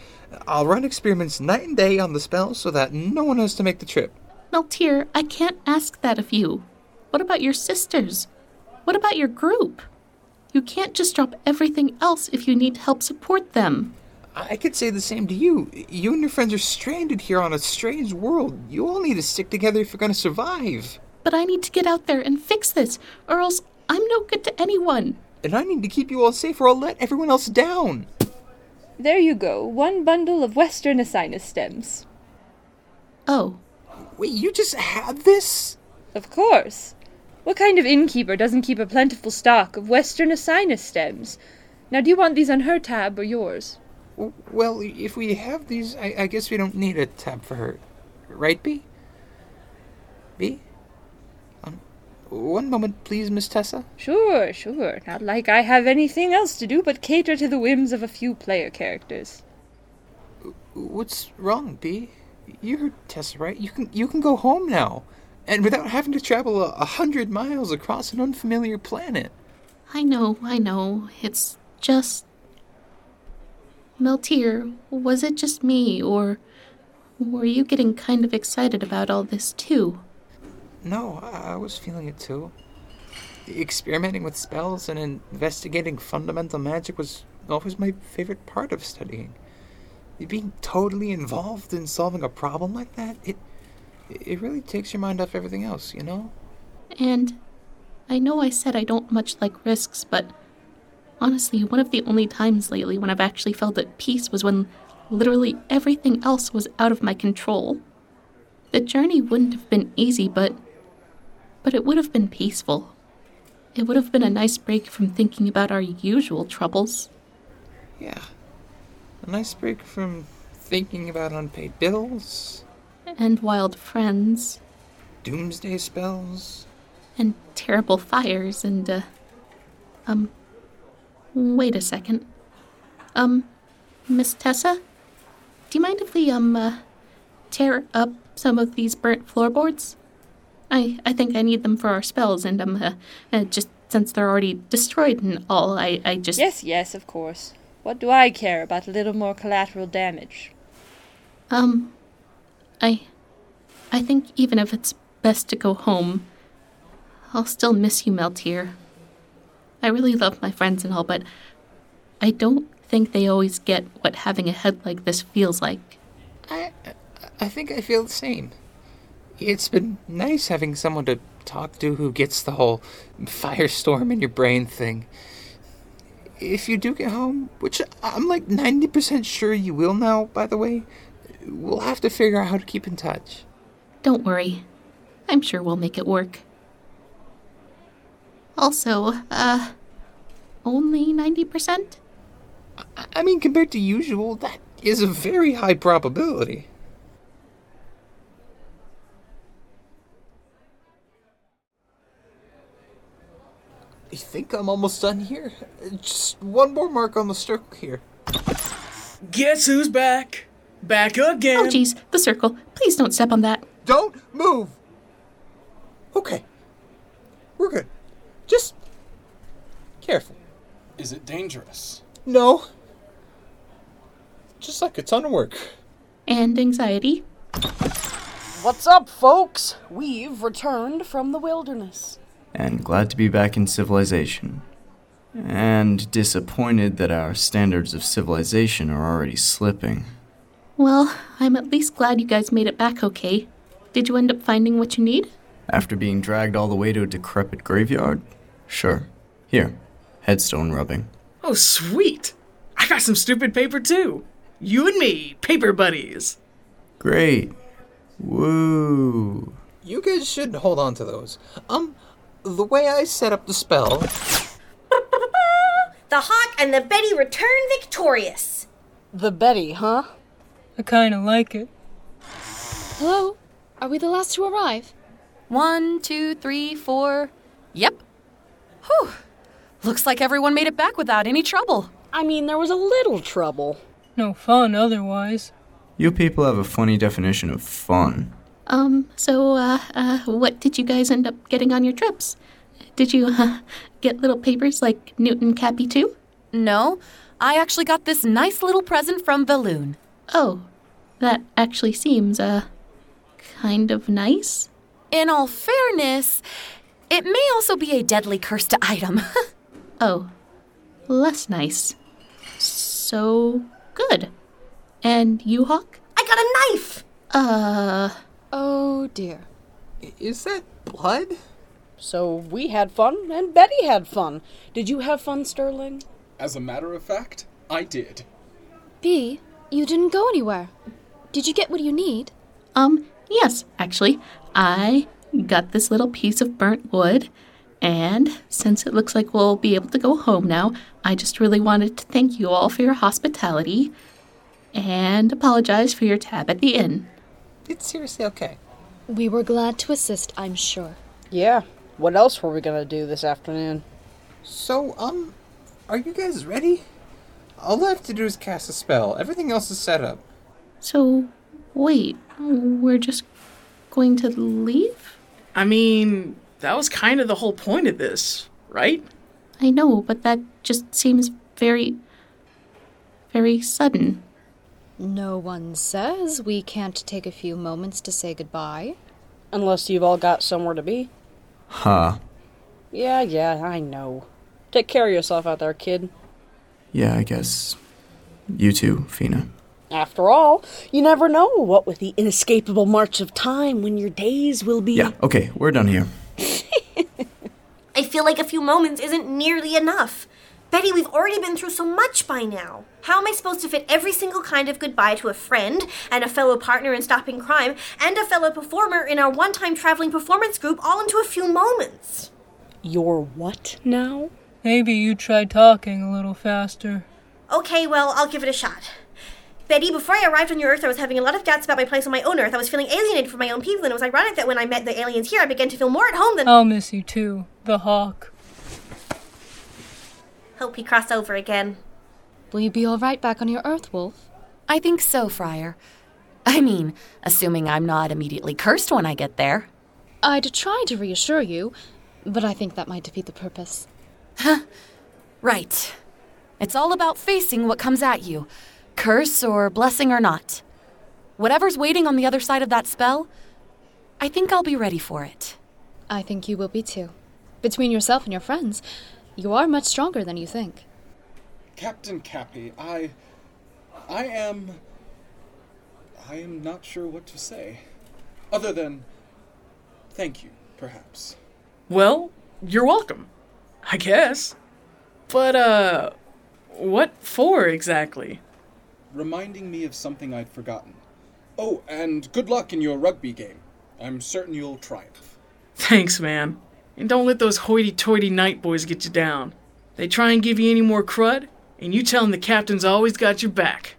G: I'll run experiments night and day on the spell so that no one has to make the trip.
C: Meltier, I can't ask that of you. What about your sisters? What about your group? You can't just drop everything else if you need to help support them.
G: I could say the same to you. You and your friends are stranded here on a strange world. You all need to stick together if you're going to survive.
C: But I need to get out there and fix this, or else I'm no good to anyone.
G: And I need to keep you all safe, or I'll let everyone else down.
S: There you go. One bundle of Western Asinus stems.
C: Oh.
G: Wait, you just have this?
S: Of course. What kind of innkeeper doesn't keep a plentiful stock of Western Asinus stems? Now, do you want these on her tab or yours?
G: W- Well, if we have these, I, I guess we don't need a tab for her. Right, B? B? Um, one moment, please, Miss Tessa.
S: Sure, sure. Not like I have anything else to do but cater to the whims of a few player characters.
G: What's wrong, B? You heard Tessa, right? You can you can go home now, and without having to travel a, a hundred miles across an unfamiliar planet.
C: I know, I know. It's just. Meltier, was it just me, or were you getting kind of excited about all this too?
G: No, I, I was feeling it too. Experimenting with spells and investigating fundamental magic was always my favorite part of studying. Being totally involved in solving a problem like that, it it really takes your mind off everything else, you know?
C: And I know I said I don't much like risks, but honestly, one of the only times lately when I've actually felt at peace was when literally everything else was out of my control. The journey wouldn't have been easy, but. but it would have been peaceful. It would have been a nice break from thinking about our usual troubles.
G: Yeah. A nice break from thinking about unpaid bills,
C: And wild friends,
G: doomsday spells.
C: and terrible fires, and, uh. Um. Wait a second. Um. Miss Tessa? Do you mind if we, um, uh, tear up some of these burnt floorboards? I, I think I need them for our spells, and, um, uh, uh, just since they're already destroyed and all, I, I just.
S: Yes, yes, of course. What do I care about a little more collateral damage?
C: Um, I, I think even if it's best to go home, I'll still miss you, Meltier. I really love my friends and all, but I don't think they always get what having a head like this feels like.
G: I think I feel the same. It's been nice having someone to talk to who gets the whole firestorm in your brain thing. If you do get home, which I'm like 90% sure you will now, by the way, we'll have to figure out how to keep in touch.
C: Don't worry. I'm sure we'll make it work. Also, uh, only 90%?
G: I- I mean, compared to usual, that is a very high probability. I think I'm almost done here. Just one more mark on the circle here.
D: Guess who's back? Back again.
C: Oh, jeez, the circle. Please don't step on that.
G: Don't move! Okay. We're good. Just careful.
J: Is it dangerous?
G: No. Just like a ton of work.
C: And anxiety.
F: What's up, folks? We've returned from the wilderness.
A: and glad to be back in civilization. And disappointed that our standards of civilization are already slipping.
C: Well, I'm at least glad you guys made it back okay. Did you end up finding what you need?
A: After being dragged all the way to a decrepit graveyard? Sure. Here, headstone rubbing.
D: Oh, sweet. I got some stupid paper too. You and me, paper buddies.
A: Great. Woo.
G: You guys should hold on to those. Um, the way I set up the spell.
E: The hawk and the Betty return victorious.
F: The Betty, huh?
H: I kinda like it.
I: Hello? Are we the last to arrive?
B: One, two, three, four. Yep. Whew. Looks like everyone made it back without any trouble.
F: I mean, there was a little trouble.
H: No fun otherwise.
A: You people have a funny definition of fun.
C: Um, so, uh, uh, what did you guys end up getting on your trips? Did you, uh, get little papers like Newton Cappy too?
B: No, I actually got this nice little present from Balloon.
C: Oh, that actually seems, uh, kind of nice.
B: In all fairness, it may also be a deadly cursed item.
C: Oh, less nice. So good. And you, Hawk?
E: I got a knife.
C: Uh,
F: Oh dear.
G: Is that blood?
F: So we had fun, and Betty had fun. Did you have fun, Sterling?
J: As a matter of fact, I did.
I: B, you didn't go anywhere. Did you get what you need?
C: Um, yes, actually. I got this little piece of burnt wood, and since it looks like we'll be able to go home now, I just really wanted to thank you all for your hospitality and apologize for your tab at the inn.
G: It's seriously okay.
I: We were glad to assist, I'm sure.
F: Yeah. What else were we gonna do this afternoon?
G: So, um, are you guys ready? All I have to do is cast a spell. Everything else is set up.
C: So, wait, we're just going to leave?
D: I mean, that was kind of the whole point of this, right?
C: I know, but that just seems very, very sudden.
I: No one says we can't take a few moments to say goodbye.
F: Unless you've all got somewhere to be.
A: Huh.
F: Yeah, yeah, I know. Take care of yourself out there, kid.
A: Yeah, I guess. You too, Fina.
F: After all, you never know what with the inescapable march of time when your days will be.
A: Yeah, okay, we're done here.
E: I feel like a few moments isn't nearly enough. Betty, we've already been through so much by now. How am I supposed to fit every single kind of goodbye to a friend and a fellow partner in stopping crime and a fellow performer in our one time traveling performance group all into a few moments?
H: You're what now? Maybe you try talking a little faster.
E: Okay, well, I'll give it a shot. Betty, before I arrived on your Earth, I was having a lot of doubts about my place on my own Earth. I was feeling alienated from my own people, and it was ironic that when I met the aliens here, I began to feel more at home than.
H: I'll miss you too, the hawk.
E: Hope we cross over again.
I: Will you be all right back on your Earth, Wolf?
B: I think so, Friar. I mean, assuming I'm not immediately cursed when I get there.
I: I'd try to reassure you, but I think that might defeat the purpose.
B: Right. It's all about facing what comes at you curse or blessing or not. Whatever's waiting on the other side of that spell, I think I'll be ready for it.
I: I think you will be too. Between yourself and your friends, you are much stronger than you think.
J: Captain Cappy, I. I am. I am not sure what to say. Other than. Thank you, perhaps.
D: Well, you're welcome. I guess. But, uh. What for exactly?
J: Reminding me of something I'd forgotten. Oh, and good luck in your rugby game. I'm certain you'll triumph.
D: Thanks, man. And don't let those hoity toity night boys get you down. They try and give you any more crud, and you tell them the captain's always got your back.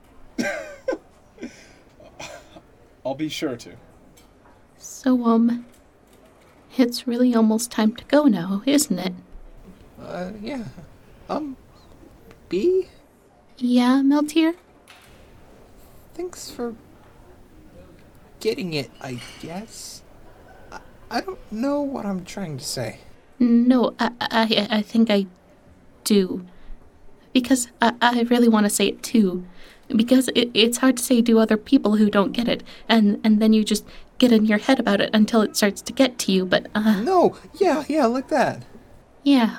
J: I'll be sure to.
C: So, um, it's really almost time to go now, isn't it?
G: Uh, yeah. Um, B?
C: Yeah, Meltier?
G: Thanks for getting it, I guess. I, I don't know what I'm trying to say.
C: No, I, I, I think I do. Because I, I really want to say it too. Because it, it's hard to say to other people who don't get it, and, and then you just get in your head about it until it starts to get to you, but uh,
G: No, yeah, yeah, like that.
C: yeah.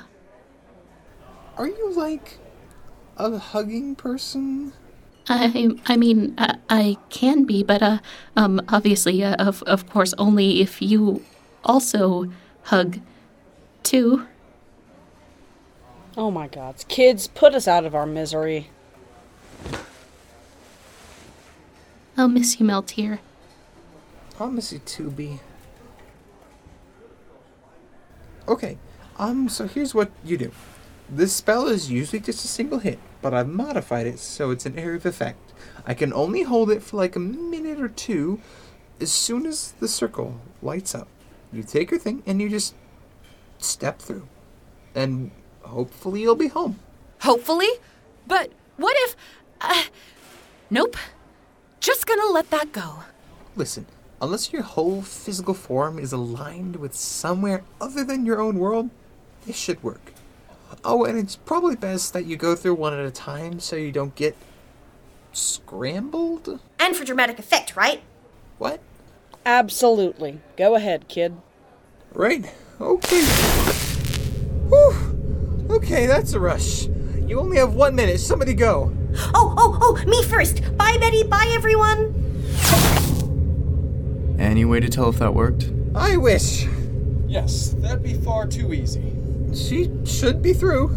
G: Are you like a hugging person?
C: I I mean I, I can be, but uh um obviously uh, of of course only if you also hug too.
F: Oh my gods, kids, put us out of our misery.
C: I'll uh, miss you, Meltier.
G: I'll miss you too, B. Okay, um, so here's what you do. This spell is usually just a single hit, but I've modified it so it's an area of effect. I can only hold it for like a minute or two as soon as the circle lights up. You take your thing and you just step through. And hopefully you'll be home.
B: Hopefully? But what if. Uh, nope. Just gonna let that go.
G: Listen, unless your whole physical form is aligned with somewhere other than your own world, this should work. Oh, and it's probably best that you go through one at a time so you don't get scrambled?
E: And for dramatic effect, right?
G: What?
F: Absolutely. Go ahead, kid.
G: Right. Okay. Whew. Okay, that's a rush. You only have one minute. Somebody go.
E: Oh, oh, oh, me first! Bye, Betty! Bye, everyone!
A: Any way to tell if that worked?
G: I wish.
J: Yes, that'd be far too easy.
G: She should be through.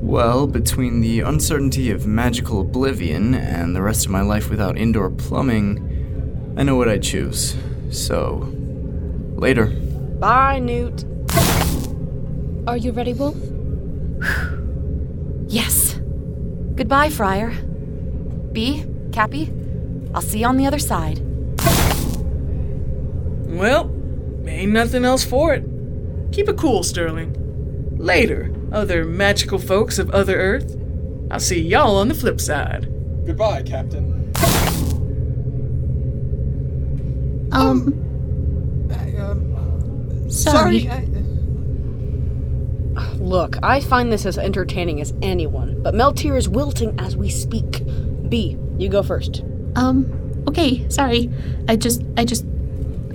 A: Well, between the uncertainty of magical oblivion and the rest of my life without indoor plumbing, I know what I choose. So, later.
F: Bye, Newt.
I: Are you ready, Wolf?
B: Yes. Goodbye, Friar. B, Cappy, I'll see you on the other side.
D: Well, ain't nothing else for it. Keep it cool, Sterling. Later, other magical folks of other Earth. I'll see y'all on the flip side.
J: Goodbye, Captain.
C: Um,
G: I, um,
C: sorry.
G: I,
F: Look, I find this as entertaining as anyone, but Meltier is wilting as we speak. B, you go first.
C: Um okay, sorry. I just I just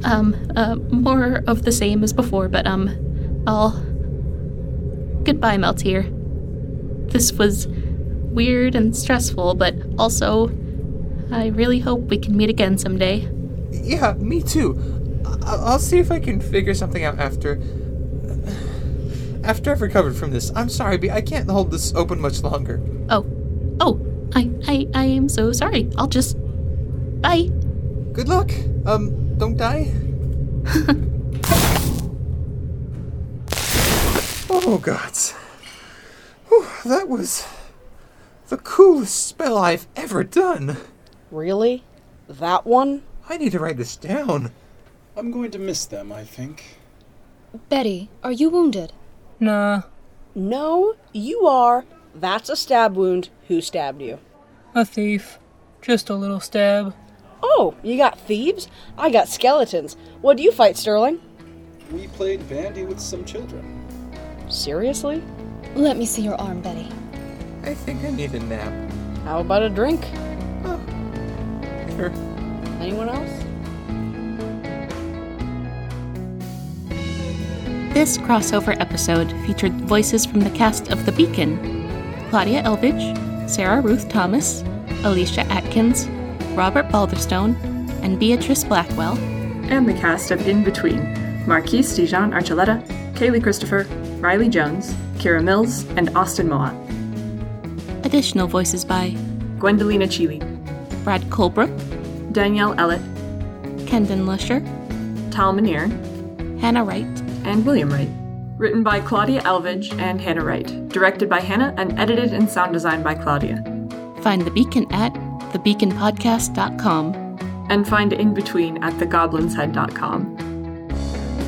C: um uh more of the same as before, but um I'll goodbye, Meltier. This was weird and stressful, but also I really hope we can meet again someday.
G: yeah, me too. I- I'll see if I can figure something out after. After I've recovered from this, I'm sorry, but I can't hold this open much longer.
C: Oh, oh, I, I, I am so sorry. I'll just. Bye.
G: Good luck. Um, don't die. oh, gods. Whew, that was the coolest spell I've ever done.
F: Really? That one?
G: I need to write this down.
J: I'm going to miss them, I think.
I: Betty, are you wounded?
H: Nah.
F: No, you are. That's a stab wound. Who stabbed you?
H: A thief. Just a little stab.
F: Oh, you got thieves? I got skeletons. What do you fight, Sterling?
J: We played bandy with some children.
F: Seriously?
I: Let me see your arm, Betty.
G: I think I need a nap.
F: How about a drink?
I: Oh.
G: Sure.
F: Anyone else?
C: This crossover episode featured voices from the cast of The Beacon Claudia Elvich, Sarah Ruth Thomas, Alicia Atkins, Robert Balderstone, and Beatrice Blackwell.
N: And the cast of In Between Marquise Dijon Archuleta, Kaylee Christopher, Riley Jones, Kira Mills, and Austin Moat.
C: Additional voices by
N: Gwendolina Chile,
C: Brad Colebrook,
N: Danielle Ellett,
C: Kendon Lusher,
N: Tal Manier,
C: Hannah Wright.
N: and William Wright. Written by Claudia Elvidge and Hannah Wright. Directed by Hannah and edited and sound designed by Claudia.
C: Find The Beacon at thebeaconpodcast.com.
N: And find In Between at thegoblinhead.com.